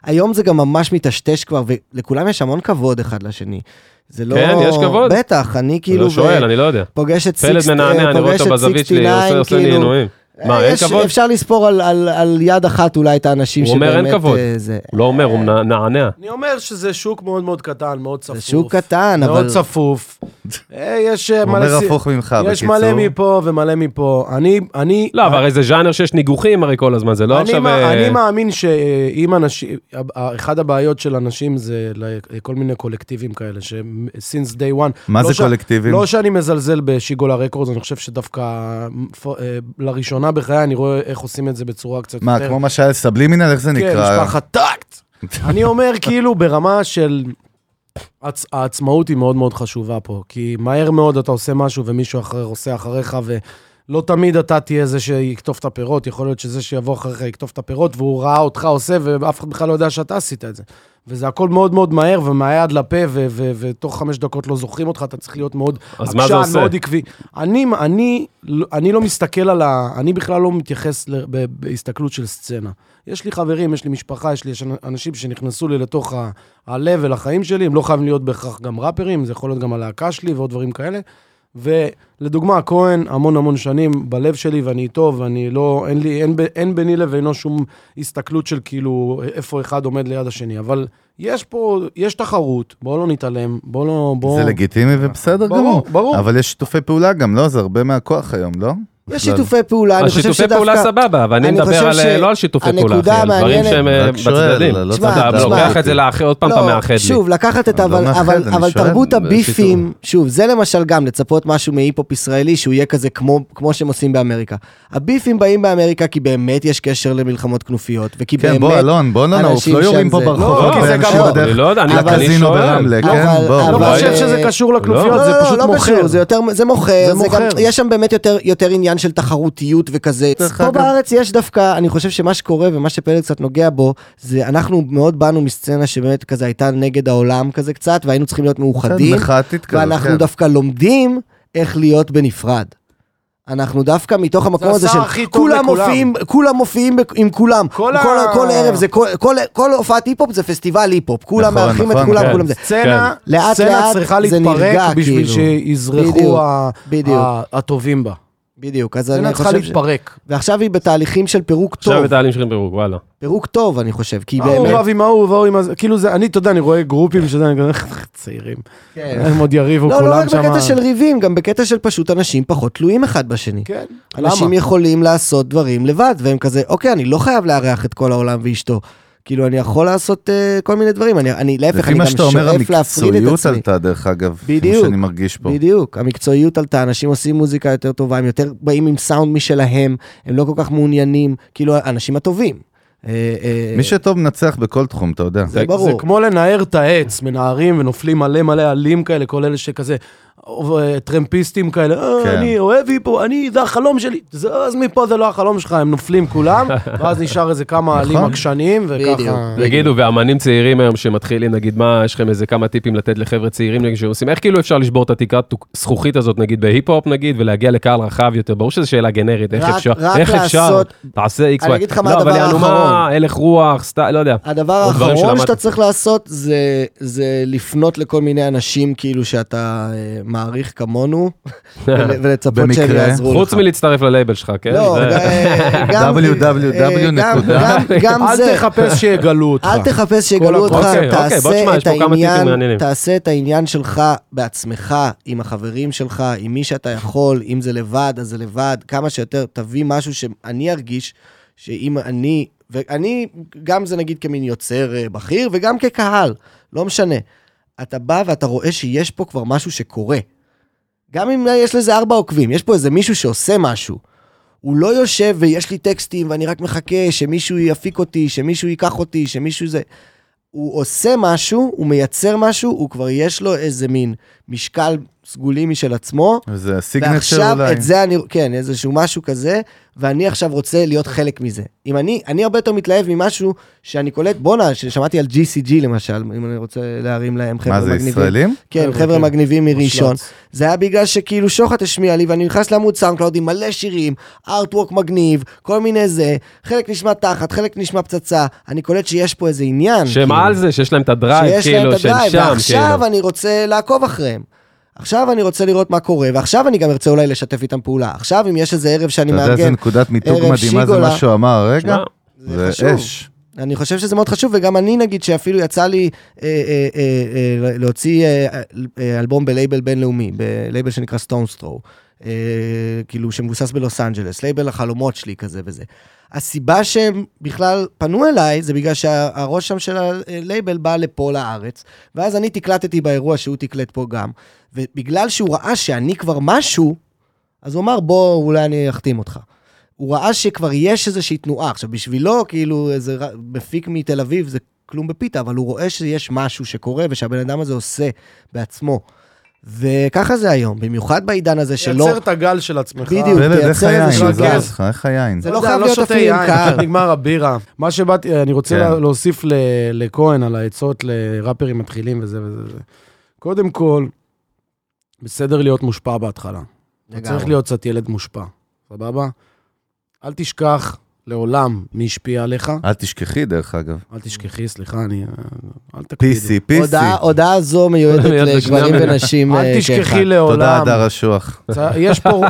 היום זה גם ממש מיטשטש כבר, ולכולם יש המון כבוד אחד לשני. זה לא... כן, יש כבוד. בטח, אני אני כאילו... לא שואל, ו- אני לא יודע. פוגש את פלד סיקס- מנענע, אה, אני רואה פוגש אותו את בזווית שלי, 69, עושה- עושה לי כאילו, עינויים. מה, אין יש- כבוד? אפשר לספור על, על, על יד אחת אולי את האנשים הוא שבאמת... אומר, "אין כבוד". אה, זה, הוא לא אומר, הוא מנענע. אני אומר שזה שוק מאוד מאוד קטן, מאוד צפוף. זה שוק קטן, אבל... מאוד צפוף. אה, יש אה, הוא מלא... אומר סי- הפוך ממך, יש מלא בקיצור. מפה ומלא מפה. אני... אני... לא, אה, אבל הרי זה ז'אנר שיש ניגוחים הרי כל הזמן, זה לא אני עכשיו... מה- אה, אני מאמין שאם אנשים, ה- ה- אחד הבעיות של אנשים זה ל- כל מיני קולקטיבים כאלה, שהם since day one. מה לא זה ש- קולקטיבים? לא שאני מזלזל בשיגולה רקורדס, אני חושב שדווקא פ- אה, לראשונה בחיי אני רואה איך עושים את זה בצורה קצת מה, כן. יותר... כמו מה שהיה סבלימינל, איך זה כן, נקרא? משפחת טאקט. אני אומר, כאילו, ברמה של... הצ- העצמאות היא מאוד מאוד חשובה פה, כי מהר מאוד אתה עושה משהו ומישהו אחר עושה אחריך, ולא לא תמיד אתה תהיה זה שיקטוף את הפירות, יכול להיות שזה שיבוא אחריך יקטוף את הפירות, והוא ראה אותך עושה, ואף אחד בכלל לא יודע שאתה עשית את זה. וזה הכל מאוד מאוד מהר, ומהיד לפה, ו- ו- ותוך חמש דקות לא זוכרים אותך, אתה צריך להיות מאוד אז מה זה עושה? מאוד עקבי. אני, אני, אני לא מסתכל על ה... אני בכלל לא מתייחס ל, ב, בהסתכלות של סצנה. יש לי חברים, יש לי משפחה, יש לי יש אנשים שנכנסו לי לתוך ה- הלב ולחיים שלי, הם לא חייבים להיות בהכרח גם ראפרים, זה יכול להיות גם הלהקה שלי ועוד דברים כאלה. ולדוגמה, כהן המון המון שנים בלב שלי ואני איתו, ואני לא, אין לי, אין, ב- אין ביני לבינו שום הסתכלות של כאילו איפה אחד עומד ליד השני, אבל יש פה, יש תחרות, בואו לא נתעלם, בואו לא, בואו... זה לגיטימי ובסדר ברור, גמור. ברור. אבל יש שיתופי פעולה גם, לא? זה הרבה מהכוח היום, לא? יש בכלל. שיתופי פעולה, אני חושב השיתופי שדווקא... פעולה סבבה, אבל אני אני חושב מדבר על, ש- לא על שיתופי פעולה, הנקודה אחי, על דברים המעניינת- שהם אה, רק שואל, בצדדים. לא תשמע, אתה צריך תשמע. לוקח את זה לאחר, עוד פעם אתה מאחד לי. לא, שוב, לקחת את, אני לא אבל, מאחד, אבל, אני אבל שואל, תרבות בשיתוף. הביפים, שוב, זה למשל גם לצפות משהו מהיפ-הופ ישראלי שהוא יהיה כזה כמו, כמו שהם עושים באמריקה. הביפים באים באמריקה כי באמת יש קשר למלחמות כנופיות, וכי כן, באמת... בוא, אלון, בוא נעוף, אנשים לא יורים שם פה זה- ברחובות, לא, כי זה ואנשים גם- בדרך אני לא יודע, אני- אני לקזינו שואל. ברמלה, אבל- כן, בוא. אבל- לא בוא. חושב שזה קשור לכנופיות, לא, זה לא, פשוט לא, לא מוכר. קשור, זה יותר, זה מוכר, זה זה גם, מוכר. יש שם באמת יותר, יותר עניין של תחרותיות וכזה. דרך פה אגב- בארץ יש דווקא, אני חושב שמה שקורה ומה שפלד קצת נוגע בו, זה אנחנו מאוד באנו מסצנה שבאמת כזה הייתה נגד העולם כזה קצת, והיינו צריכים להיות כן, מאוחדים, מחאתית כזאת, ואנחנו כן. דווקא לומדים איך להיות בנפרד. אנחנו דווקא מתוך המקום הזה עשה של הכי טוב כולם לכולם. מופיעים, כולם מופיעים בכ- עם כולם. כל כל, כל, ה- כל ערב זה, כל, כל, כל הופעת היפ-הופ זה פסטיבל היפ-הופ. כולם נכון, מארחים נכון, את כולם, כן. כולם זה. סצנה, כן. לאט סצנה לאט צריכה זה נרגע, להתפרק בשביל כאילו. שיזרחו בדיוק, ה- בדיוק. ה- הטובים בה. בדיוק, אז סצנה אני צריכה חושב ש... להתפרק. ועכשיו היא בתהליכים של פירוק עכשיו טוב. את העלים שלכם ברוג, וואלה. פירוק טוב, אני חושב, כי ההוא באמת... כן. רב עם ההוא וההוא עם הזה, כאילו זה, אני, אתה יודע, אני רואה גרופים שזה, אני כזה, "איך צעירים. הם עוד יריבו לא, לא כולם רק שם. בקטע של ריבים, גם בקטע של פשוט אנשים פחות תלויים אחד בשני. כן, אנשים יכולים לעשות דברים לבד, והם כזה, אוקיי, אני לא חייב לארח את כל העולם ואשתו. כאילו, אני יכול לעשות אה, כל מיני דברים, אני, אני להפך, לפי אני מה גם שאתה אומר, שואף להפריד את המקצועיות עצמי. עלתה, דרך אגב. בדיוק. בדיוק. כמו שאני מרגיש פה. בדיוק, המקצועיות עלתה, אנשים עושים מוזיקה יותר טובה, הם יותר באים עם סאונד משלהם, הם לא כל כך מעוניינים, כאילו, האנשים הטובים. אה, אה, מי שטוב מנצח בכל תחום, אתה יודע. זה ברור. זה כמו לנער את העץ, מנערים ונופלים מלא מלא עלים כאלה, כל אלה שכזה, אה, טרמפיסטים כאלה, כן. אה, אני אוהב היפו, אני, זה החלום שלי. זה- אז מפה זה לא החלום שלך, הם נופלים כולם, ואז נשאר איזה כמה עלים נכון. עקשנים, בדיוק. וככה... תגידו, ואמנים צעירים היום שמתחילים, נגיד, מה, יש לכם איזה כמה טיפים לתת לחבר'ה צעירים, נגיד, שעושים, איך כאילו אפשר לשבור את התקרת זכוכית הזאת, נגיד, בהיפ-הופ, נגיד, ולהגיע לקהל רחב יותר? ברור שזו שאלה גנרית, איך רק- אפשר, רק איך אפשר, לעשות- תעשה איקס אני אגיד לך מה לא, אבל הדבר ינומה, האחרון. הלך רוח, סטייל, לא יודע. הדבר או דברים האחרון שלמדת. שאתה צריך לעשות זה, זה לפנות לכל מיני אנשים כאילו שאתה אה, מעריך כמונו ול- ולצפות שהם במקרה. יעזרו לך. חוץ מלהצטרף ללייבל שלך, כן? לא, זה- אה, גם- www. אה, גם- נקודה. גם- גם אל זה. תחפש שיגלו אותך. אל תחפש כל שיגלו אותך, הכבוד. אוקיי, אוקיי, בוא תעשה תשמע, את יש פה כמה טיפים העניין, מעניינים. תעשה את העניין שלך בעצמך, עם החברים שלך, עם מי שאתה יכול, אם זה לבד, אז זה לבד, כמה שיותר, תביא משהו שאני ארגיש, שאם אני, ואני, גם זה נגיד כמין יוצר אה, בכיר, וגם כקהל, לא משנה. אתה בא ואתה רואה שיש פה כבר משהו שקורה. גם אם יש לזה ארבע עוקבים, יש פה איזה מישהו שעושה משהו. הוא לא יושב ויש לי טקסטים ואני רק מחכה שמישהו יפיק אותי, שמישהו ייקח אותי, שמישהו זה... הוא עושה משהו, הוא מייצר משהו, הוא כבר יש לו איזה מין משקל סגולי משל עצמו. זה הסיגנצ'ר ועכשיו אולי. את זה אני, כן, איזשהו משהו כזה, ואני עכשיו רוצה להיות חלק מזה. אם אני, אני הרבה יותר מתלהב ממשהו שאני קולט, בואנה, ששמעתי על GCG למשל, אם אני רוצה להרים להם חבר'ה מה זה, מגניבים. ישראלים? כן, חבר'ה, חבר'ה כן. מגניבים מראשון. מושלץ. זה היה בגלל שכאילו שוחט השמיע לי, ואני נכנס לעמוד סאונדקלאוד עם מלא שירים, ארטוורק מגניב, כל מיני זה, חלק נשמע תחת, חלק נשמע פצצה, אני קולט שיש פה איזה עניין. שהם כאילו. על זה, שיש להם את הדרייב, שיש להם כאילו, את שהם הדרייב, שם, ועכשיו כאילו. אני רוצה לעקוב אחריהם. עכשיו אני רוצה לראות מה קורה, ועכשיו אני גם ארצה אולי לשתף איתם פעולה. עכשיו, אם יש איזה ערב שאני אתה יודע איזה מארגן, נקודת מיתוג ערב מדהימה זה שיגולה. מה שהוא אמר הרגע? שמע, זה זה חשוב. אש. אני חושב שזה מאוד חשוב, וגם אני, נגיד, שאפילו יצא לי אה, אה, אה, אה, להוציא אה, אה, אלבום בלייבל בינלאומי, בלייבל שנקרא סטונסטרו, אה, כאילו שמבוסס בלוס אנג'לס, לייבל החלומות שלי כזה וזה. הסיבה שהם בכלל פנו אליי, זה בגלל שהראש שם של הלייבל בא לפה לארץ, ואז אני תקלטתי באירוע שהוא תקלט פה גם, ובגלל שהוא ראה שאני כבר משהו, אז הוא אמר, בוא, אולי אני אחתים אותך. הוא ראה שכבר יש איזושהי תנועה. עכשיו, בשבילו, כאילו, איזה ר- מפיק מתל אביב זה כלום בפיתה, אבל הוא רואה שיש משהו שקורה ושהבן אדם הזה עושה בעצמו. וככה זה היום, במיוחד בעידן הזה שלא... יצר את הגל של עצמך. בדיוק. פלד, איך תייצר היין? איזשהו עזוב גז. אותך, איך היין? כן. זה לא לא יודע, חייב לא להיות שותה אפילו עם יין, קהל. פשוט נגמר הבירה. מה שבאתי, אני רוצה כן. לה- להוסיף ל- לכהן על העצות לראפרים מתחילים וזה וזה וזה. קודם כל, בסדר להיות מושפע בהתחלה. אתה צריך להיות קצת ילד מושפע, סבבה? אל תשכח לעולם מי השפיע עליך. אל תשכחי, דרך אגב. אל תשכחי, סליחה, אני... אה, אל תקפיד. פיסי, פיסי. הודעה- הודעה זו מיועדת מיועדת לגברים לשני ונשים אה, אל כאחד. תשכחי לעולם. תודה, הדר אשוח. צ- יש פה,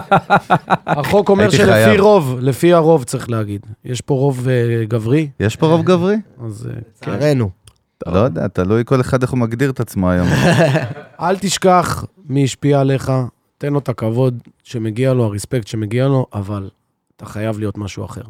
החוק אומר הייתי שלפי חייב. רוב, לפי הרוב צריך להגיד. יש פה רוב אה, גברי, יש פה רוב גברי? אז אה, כן. לצערנו. לא יודע, תלוי כל אחד איך הוא מגדיר את עצמו היום. אל תשכח מי השפיע עליך, תן לו את הכבוד שמגיע לו, הרספקט שמגיע לו, אבל אתה חייב להיות משהו אחר.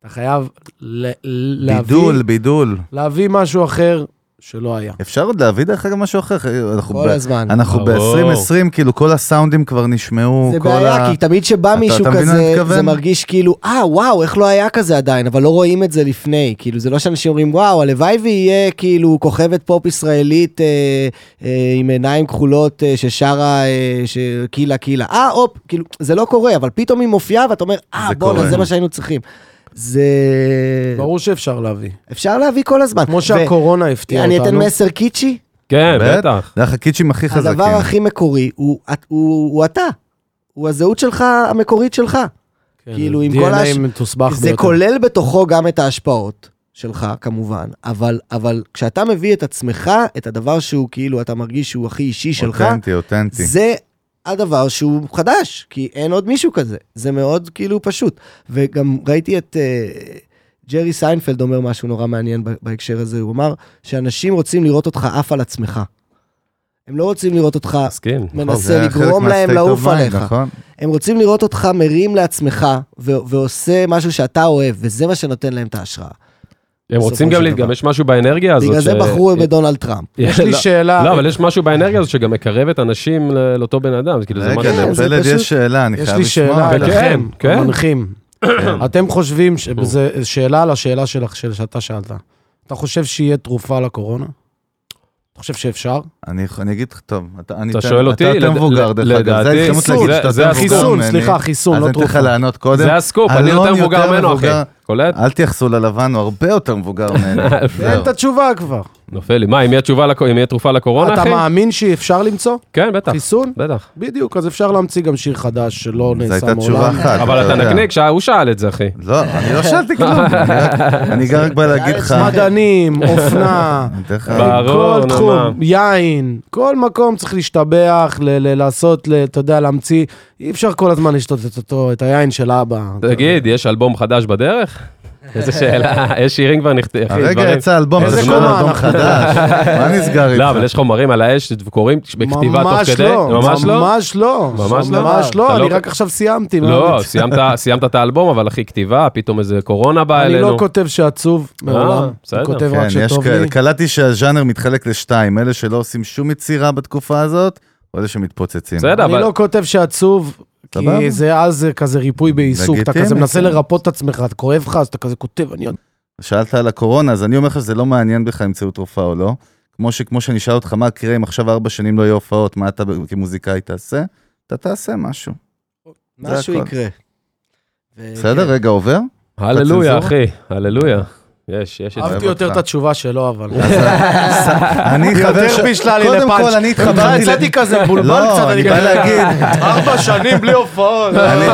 אתה חייב ל- ל- להביא, בידול, בידול. להביא משהו אחר שלא היה. אפשר עוד להביא דרך אגב משהו אחר? אנחנו כל ב- הזמן. אנחנו ברור. ב-2020, כאילו כל הסאונדים כבר נשמעו, זה כל ה... בעיה, כי תמיד שבא אתה- מישהו אתה מבין מה אני כזה, מתכוון? זה מרגיש כאילו, אה, וואו, איך לא היה כזה עדיין, אבל לא רואים את זה לפני. כאילו, זה לא שאנשים אומרים, וואו, הלוואי ויהיה כאילו כוכבת פופ ישראלית אה, אה, עם עיניים כחולות אה, ששרה, אה, שקילה קילה. אה, הופ, כאילו, זה לא קורה, אבל פתאום היא מופיעה ואתה אומר, אה, זה בואנה, קורה. זה מה שהיינו צריכים. זה... ברור שאפשר להביא. אפשר להביא כל הזמן. כמו שהקורונה הפתיעה אני אתן אותנו. מסר קיצ'י, כן, באמת? בטח. זה החקיצ'ים הכי חזקים. הדבר הכי מקורי הוא- הוא הוא אתה. הוא הזהות שלך, המקורית שלך. כן, כאילו, עם DNA כל הש- מתוסבך זה ביותר. כולל בתוכו גם את ההשפעות שלך, כמובן, אבל, אבל כשאתה מביא את עצמך, את הדבר שהוא כאילו, אתה מרגיש שהוא הכי אישי שלך, אותנטי, אותנטי. זה הדבר שהוא חדש, כי אין עוד מישהו כזה. זה מאוד כאילו פשוט. וגם ראיתי את אה, ג'רי סיינפלד אומר משהו נורא מעניין ב- בהקשר הזה, הוא אמר שאנשים רוצים לראות אותך עף על עצמך. הם לא רוצים לראות אותך מסכים. מנסה זה היה חלק לגרום להם מה-state of לעוף mind, עליך. נכון? הם רוצים לראות אותך מרים לעצמך ו- ועושה משהו שאתה אוהב, וזה מה שנותן להם את ההשראה. הם בסופו רוצים של גם דבר. להתגמש משהו באנרגיה הזאת. בגלל ש- זה בחרו אה, בדונלד טראמפ. יש לי לא, שאלה, לא, אבל יש משהו באנרגיה הזאת שגם מקרב את האנשים ל- לאותו בן אדם, זה כאילו זה משהו... רגע, כן, זה לפלד פשוט- יש שאלה, אני יש חייב לי לשמוע. שאלה עליך. אליכם, כן, כן. המנחים. אתם חושבים, זו שאלה על השאלה שלך, של- שאתה שאלת. אתה חושב שיהיה תרופה לקורונה? אתה חושב שאפשר? אני אני אגיד לך, טוב, אתה אני אתה אתן- שואל אותי? אתה יותר לד- מבוגר, לד- דרך אגב. זה לדעתי- ההתחמות להגיד חיסון, שאתה זה יותר מבוגר חיסון, ממני. סליחה, חיסון, אז לא אני אתן לך תרופה. לענות קודם. זה הסקופ, אני אלון יותר מבוגר ממנו, אחי. לא, מבוגר- קולט? אל תייחסו ללבן, הוא הרבה יותר מבוגר ממני. זהו. אין את התשובה כבר. נופל לי. מה, אם יהיה תשובה לקו- אם יהיה תרופה לקורונה, אתה אחי? מאמין שאפשר למצוא כן, בטח. חיסון? בטח. בדיוק, אז אפשר להמציא גם שיר חדש שלא זו נעשה הייתה תשובה מעולם. אחת. אבל אתה יודע. נקניק, שעה- הוא שאל את זה, אחי. לא, אני לא שאלתי כלום. אני רק- אני גם רק בא להגיד לך... מדענים, אופנה, אני אתן לך- ברור, נו, כל מה. תחום, יין, כל מקום צריך להשתבח, ל- ל- לעשות, ל- אתה יודע, להמציא. אי אפשר כל הזמן לשתות את אותו, את היין של אבא. תגיד, יש אלבום חדש בדרך? איזה שאלה, יש שירים כבר נכתבים, אחי, הרגע דברים. יצא אלבום, איזה זה לא קומה אלבום אנחנו? חדש. מה נסגר איתך? לא, אבל יש חומרים על האש שקורים בכתיבה תוך ממש כדי? לא, ממש לא? ממש לא. ממש לא? ממש אתה לא, אני לא- רק עכשיו סיימתי. לא, מהארץ. סיימת- סיימת את האלבום, אבל אחי, כתיבה, פתאום איזה קורונה באה אני אלינו. אה, לא כותב שעצוב מעולם, בסדר. אני כותב כן, רק יש שטוב כאלה. לי. קלטתי שהז'אנר מתחלק לשתיים, אלה שלא עושים שום יצירה בתקופה הזאת, או אלה שמתפוצצים. בסדר, אני אבל- לא כותב שעצוב, סבבה. כי זה אז זה כזה ריפוי בעיסוק, אתה לגיטימי, כזה מנסה כן. לרפות את עצמך, אתה כואב לך, אז אתה כזה כותב, אני יודע. שאלת על הקורונה, אז אני אומר לך שזה לא מעניין בכלל אם ימצאו תרופה או לא. כמו שכמו שאני אשאל אותך, מה יקרה אם עכשיו ארבע שנים לא יהיו הופעות, מה אתה כמוזיקאי תעשה? אתה תעשה משהו. אה, משהו הכל. יקרה. כן. בסדר? רגע עובר? הללויה, הצנזורה? אחי, הללויה. יש, יש את זה. אוהב אהבתי יותר אותך. את התשובה שלו, אבל. אני חבר ש... יותר בישלה לי לפאנץ'. קודם כל, אני התחברתי... ל- יצאתי כזה מבולבל קצת, לא, אני בא כזה, להגיד, כן. ארבע שנים בלי הופעות. לא. אני-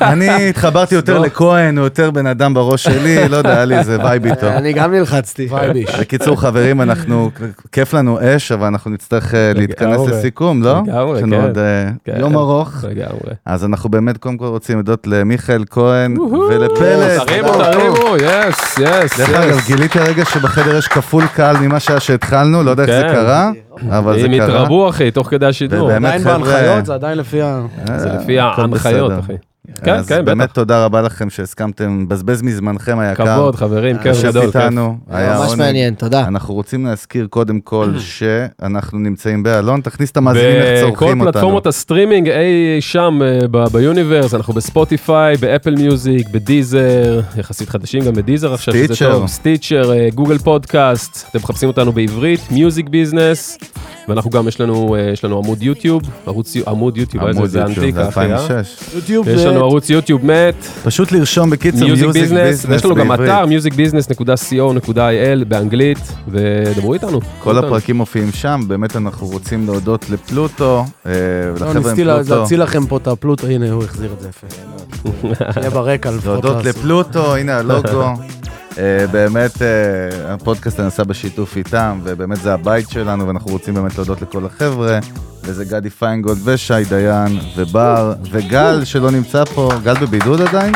אני התחברתי יותר לכהן, הוא יותר בן אדם בראש שלי, לא יודע, היה לי איזה וייב איתו. אני גם נלחצתי. וייביש. בקיצור, חברים, אנחנו, כיף לנו אש, אבל אנחנו נצטרך אה, להתכנס לגמרי. לסיכום, לא? לגמרי, יש לנו כן. עוד אה, כן. יום ארוך. לגמרי. אז אנחנו באמת קודם כל רוצים להודות למיכאל כהן ולפלס. תרימו, תרימו, יס, יס, דרך אגב, יס. גיליתי הרגע שבחדר יש כפול קהל ממה שהיה שהתחלנו, לא יודע איך זה כן. קרה, אבל זה הם קרה. התרבו, אחי, תוך כדי השידור. ובאמת, עדיין חבר'ה, בהנחיות, זה עדיין לפי ה... אה, זה לפי הכל ההנחיות, בסדר. אחי. כן, אז כן, באמת בטח. תודה רבה לכם שהסכמתם לבזבז מזמנכם היקר. כבוד, חברים, כיף יושב גדול. כן. כיף. איתנו, היה ממש עונג. מעניין, תודה. אנחנו רוצים להזכיר קודם כל שאנחנו נמצאים באלון, תכניס את המאזינים איך צורכים אותנו. בכל אה, פלטפורמות הסטרימינג אי שם אה, ב- ביוניברס, אנחנו בספוטיפיי, באפל מיוזיק, בדיזר, יחסית חדשים גם בדיזר עכשיו, שזה סטיצ'ר. טוב, סטיצ'ר, אה, גוגל פודקאסט, אתם מחפשים אותנו בעברית, מיוזיק ביזנס, ואנחנו גם, יש לנו, אה, יש לנו עמוד יוטיוב, ערוץ, יו- עמוד יוטיוב, אה, זה- עמוד זה יוטיוב, זה אנטיקה, אחי, אה? 2006. יוטיוב יש זה... לנו ערוץ יוטיוב מת, פשוט לרשום בקיצר מיוזיק ביזנס, Business יש לנו גם בעברית. אתר musicbusiness.co.il באנגלית, ודברו איתנו. כל דברו איתנו. הפרקים מופיעים שם, באמת אנחנו רוצים להודות לפלוטו, אה, לא, ולחבר'ה עם ניסיתי פלוטו. להציל לכם פה את הפלוטו, הנה הוא החזיר את זה יפה. יהיה ברקע לפחות. להודות לעשות. לפלוטו, הנה הלוגו. אה, באמת, אה, הפודקאסט נעשה בשיתוף איתם, ובאמת זה הבית שלנו, ואנחנו רוצים באמת להודות לכל החבר'ה. וזה גדי פיינגולד ושי דיין ובר וגל שלא נמצא פה, גל בבידוד עדיין?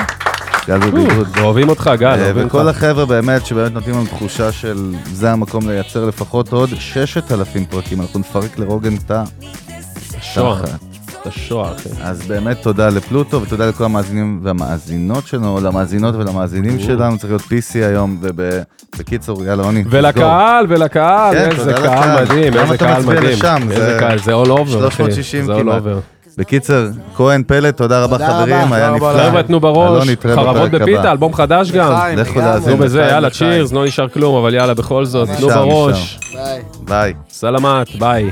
גל בבידוד. אוהבים אותך, גל, אה, אוהבים וכל אותך. החבר'ה באמת, שבאמת נותנים לנו תחושה של זה המקום לייצר לפחות עוד 6,000 פרקים, אנחנו נפרק לרוגן את ה... השואה, תחת. את השואה, אחי. אז באמת תודה לפלוטו ותודה לכל המאזינים והמאזינות שלנו, למאזינות ולמאזינים שלנו, צריך להיות PC היום, ובקיצור, יאללה, עוני. ולקהל, ולקהל, כן, איזה תודה קהל לקהל. מדהים, למה איזה אתה קהל מצביע מדהים. לשם? איזה זה קהל, זה all over, אחי. 360 זה לא all כמעט. אה, over. בקיצר, כהן פלד, תודה רבה תודה חברים, רבה, היה תודה נפלא. חבר'ה, תנו בראש, אלון, נתראה חרבות בפרק בפיתה, הבא. אלבום חדש גם. לחיים. לכו לגמרי. להאזין. תנו בזה, לחיים, יאללה, לחיים. צ'ירס, לא נשאר כלום, אבל יאללה, בכל זאת, תנו נשאר, בראש. ביי. ביי. סלמת, ביי.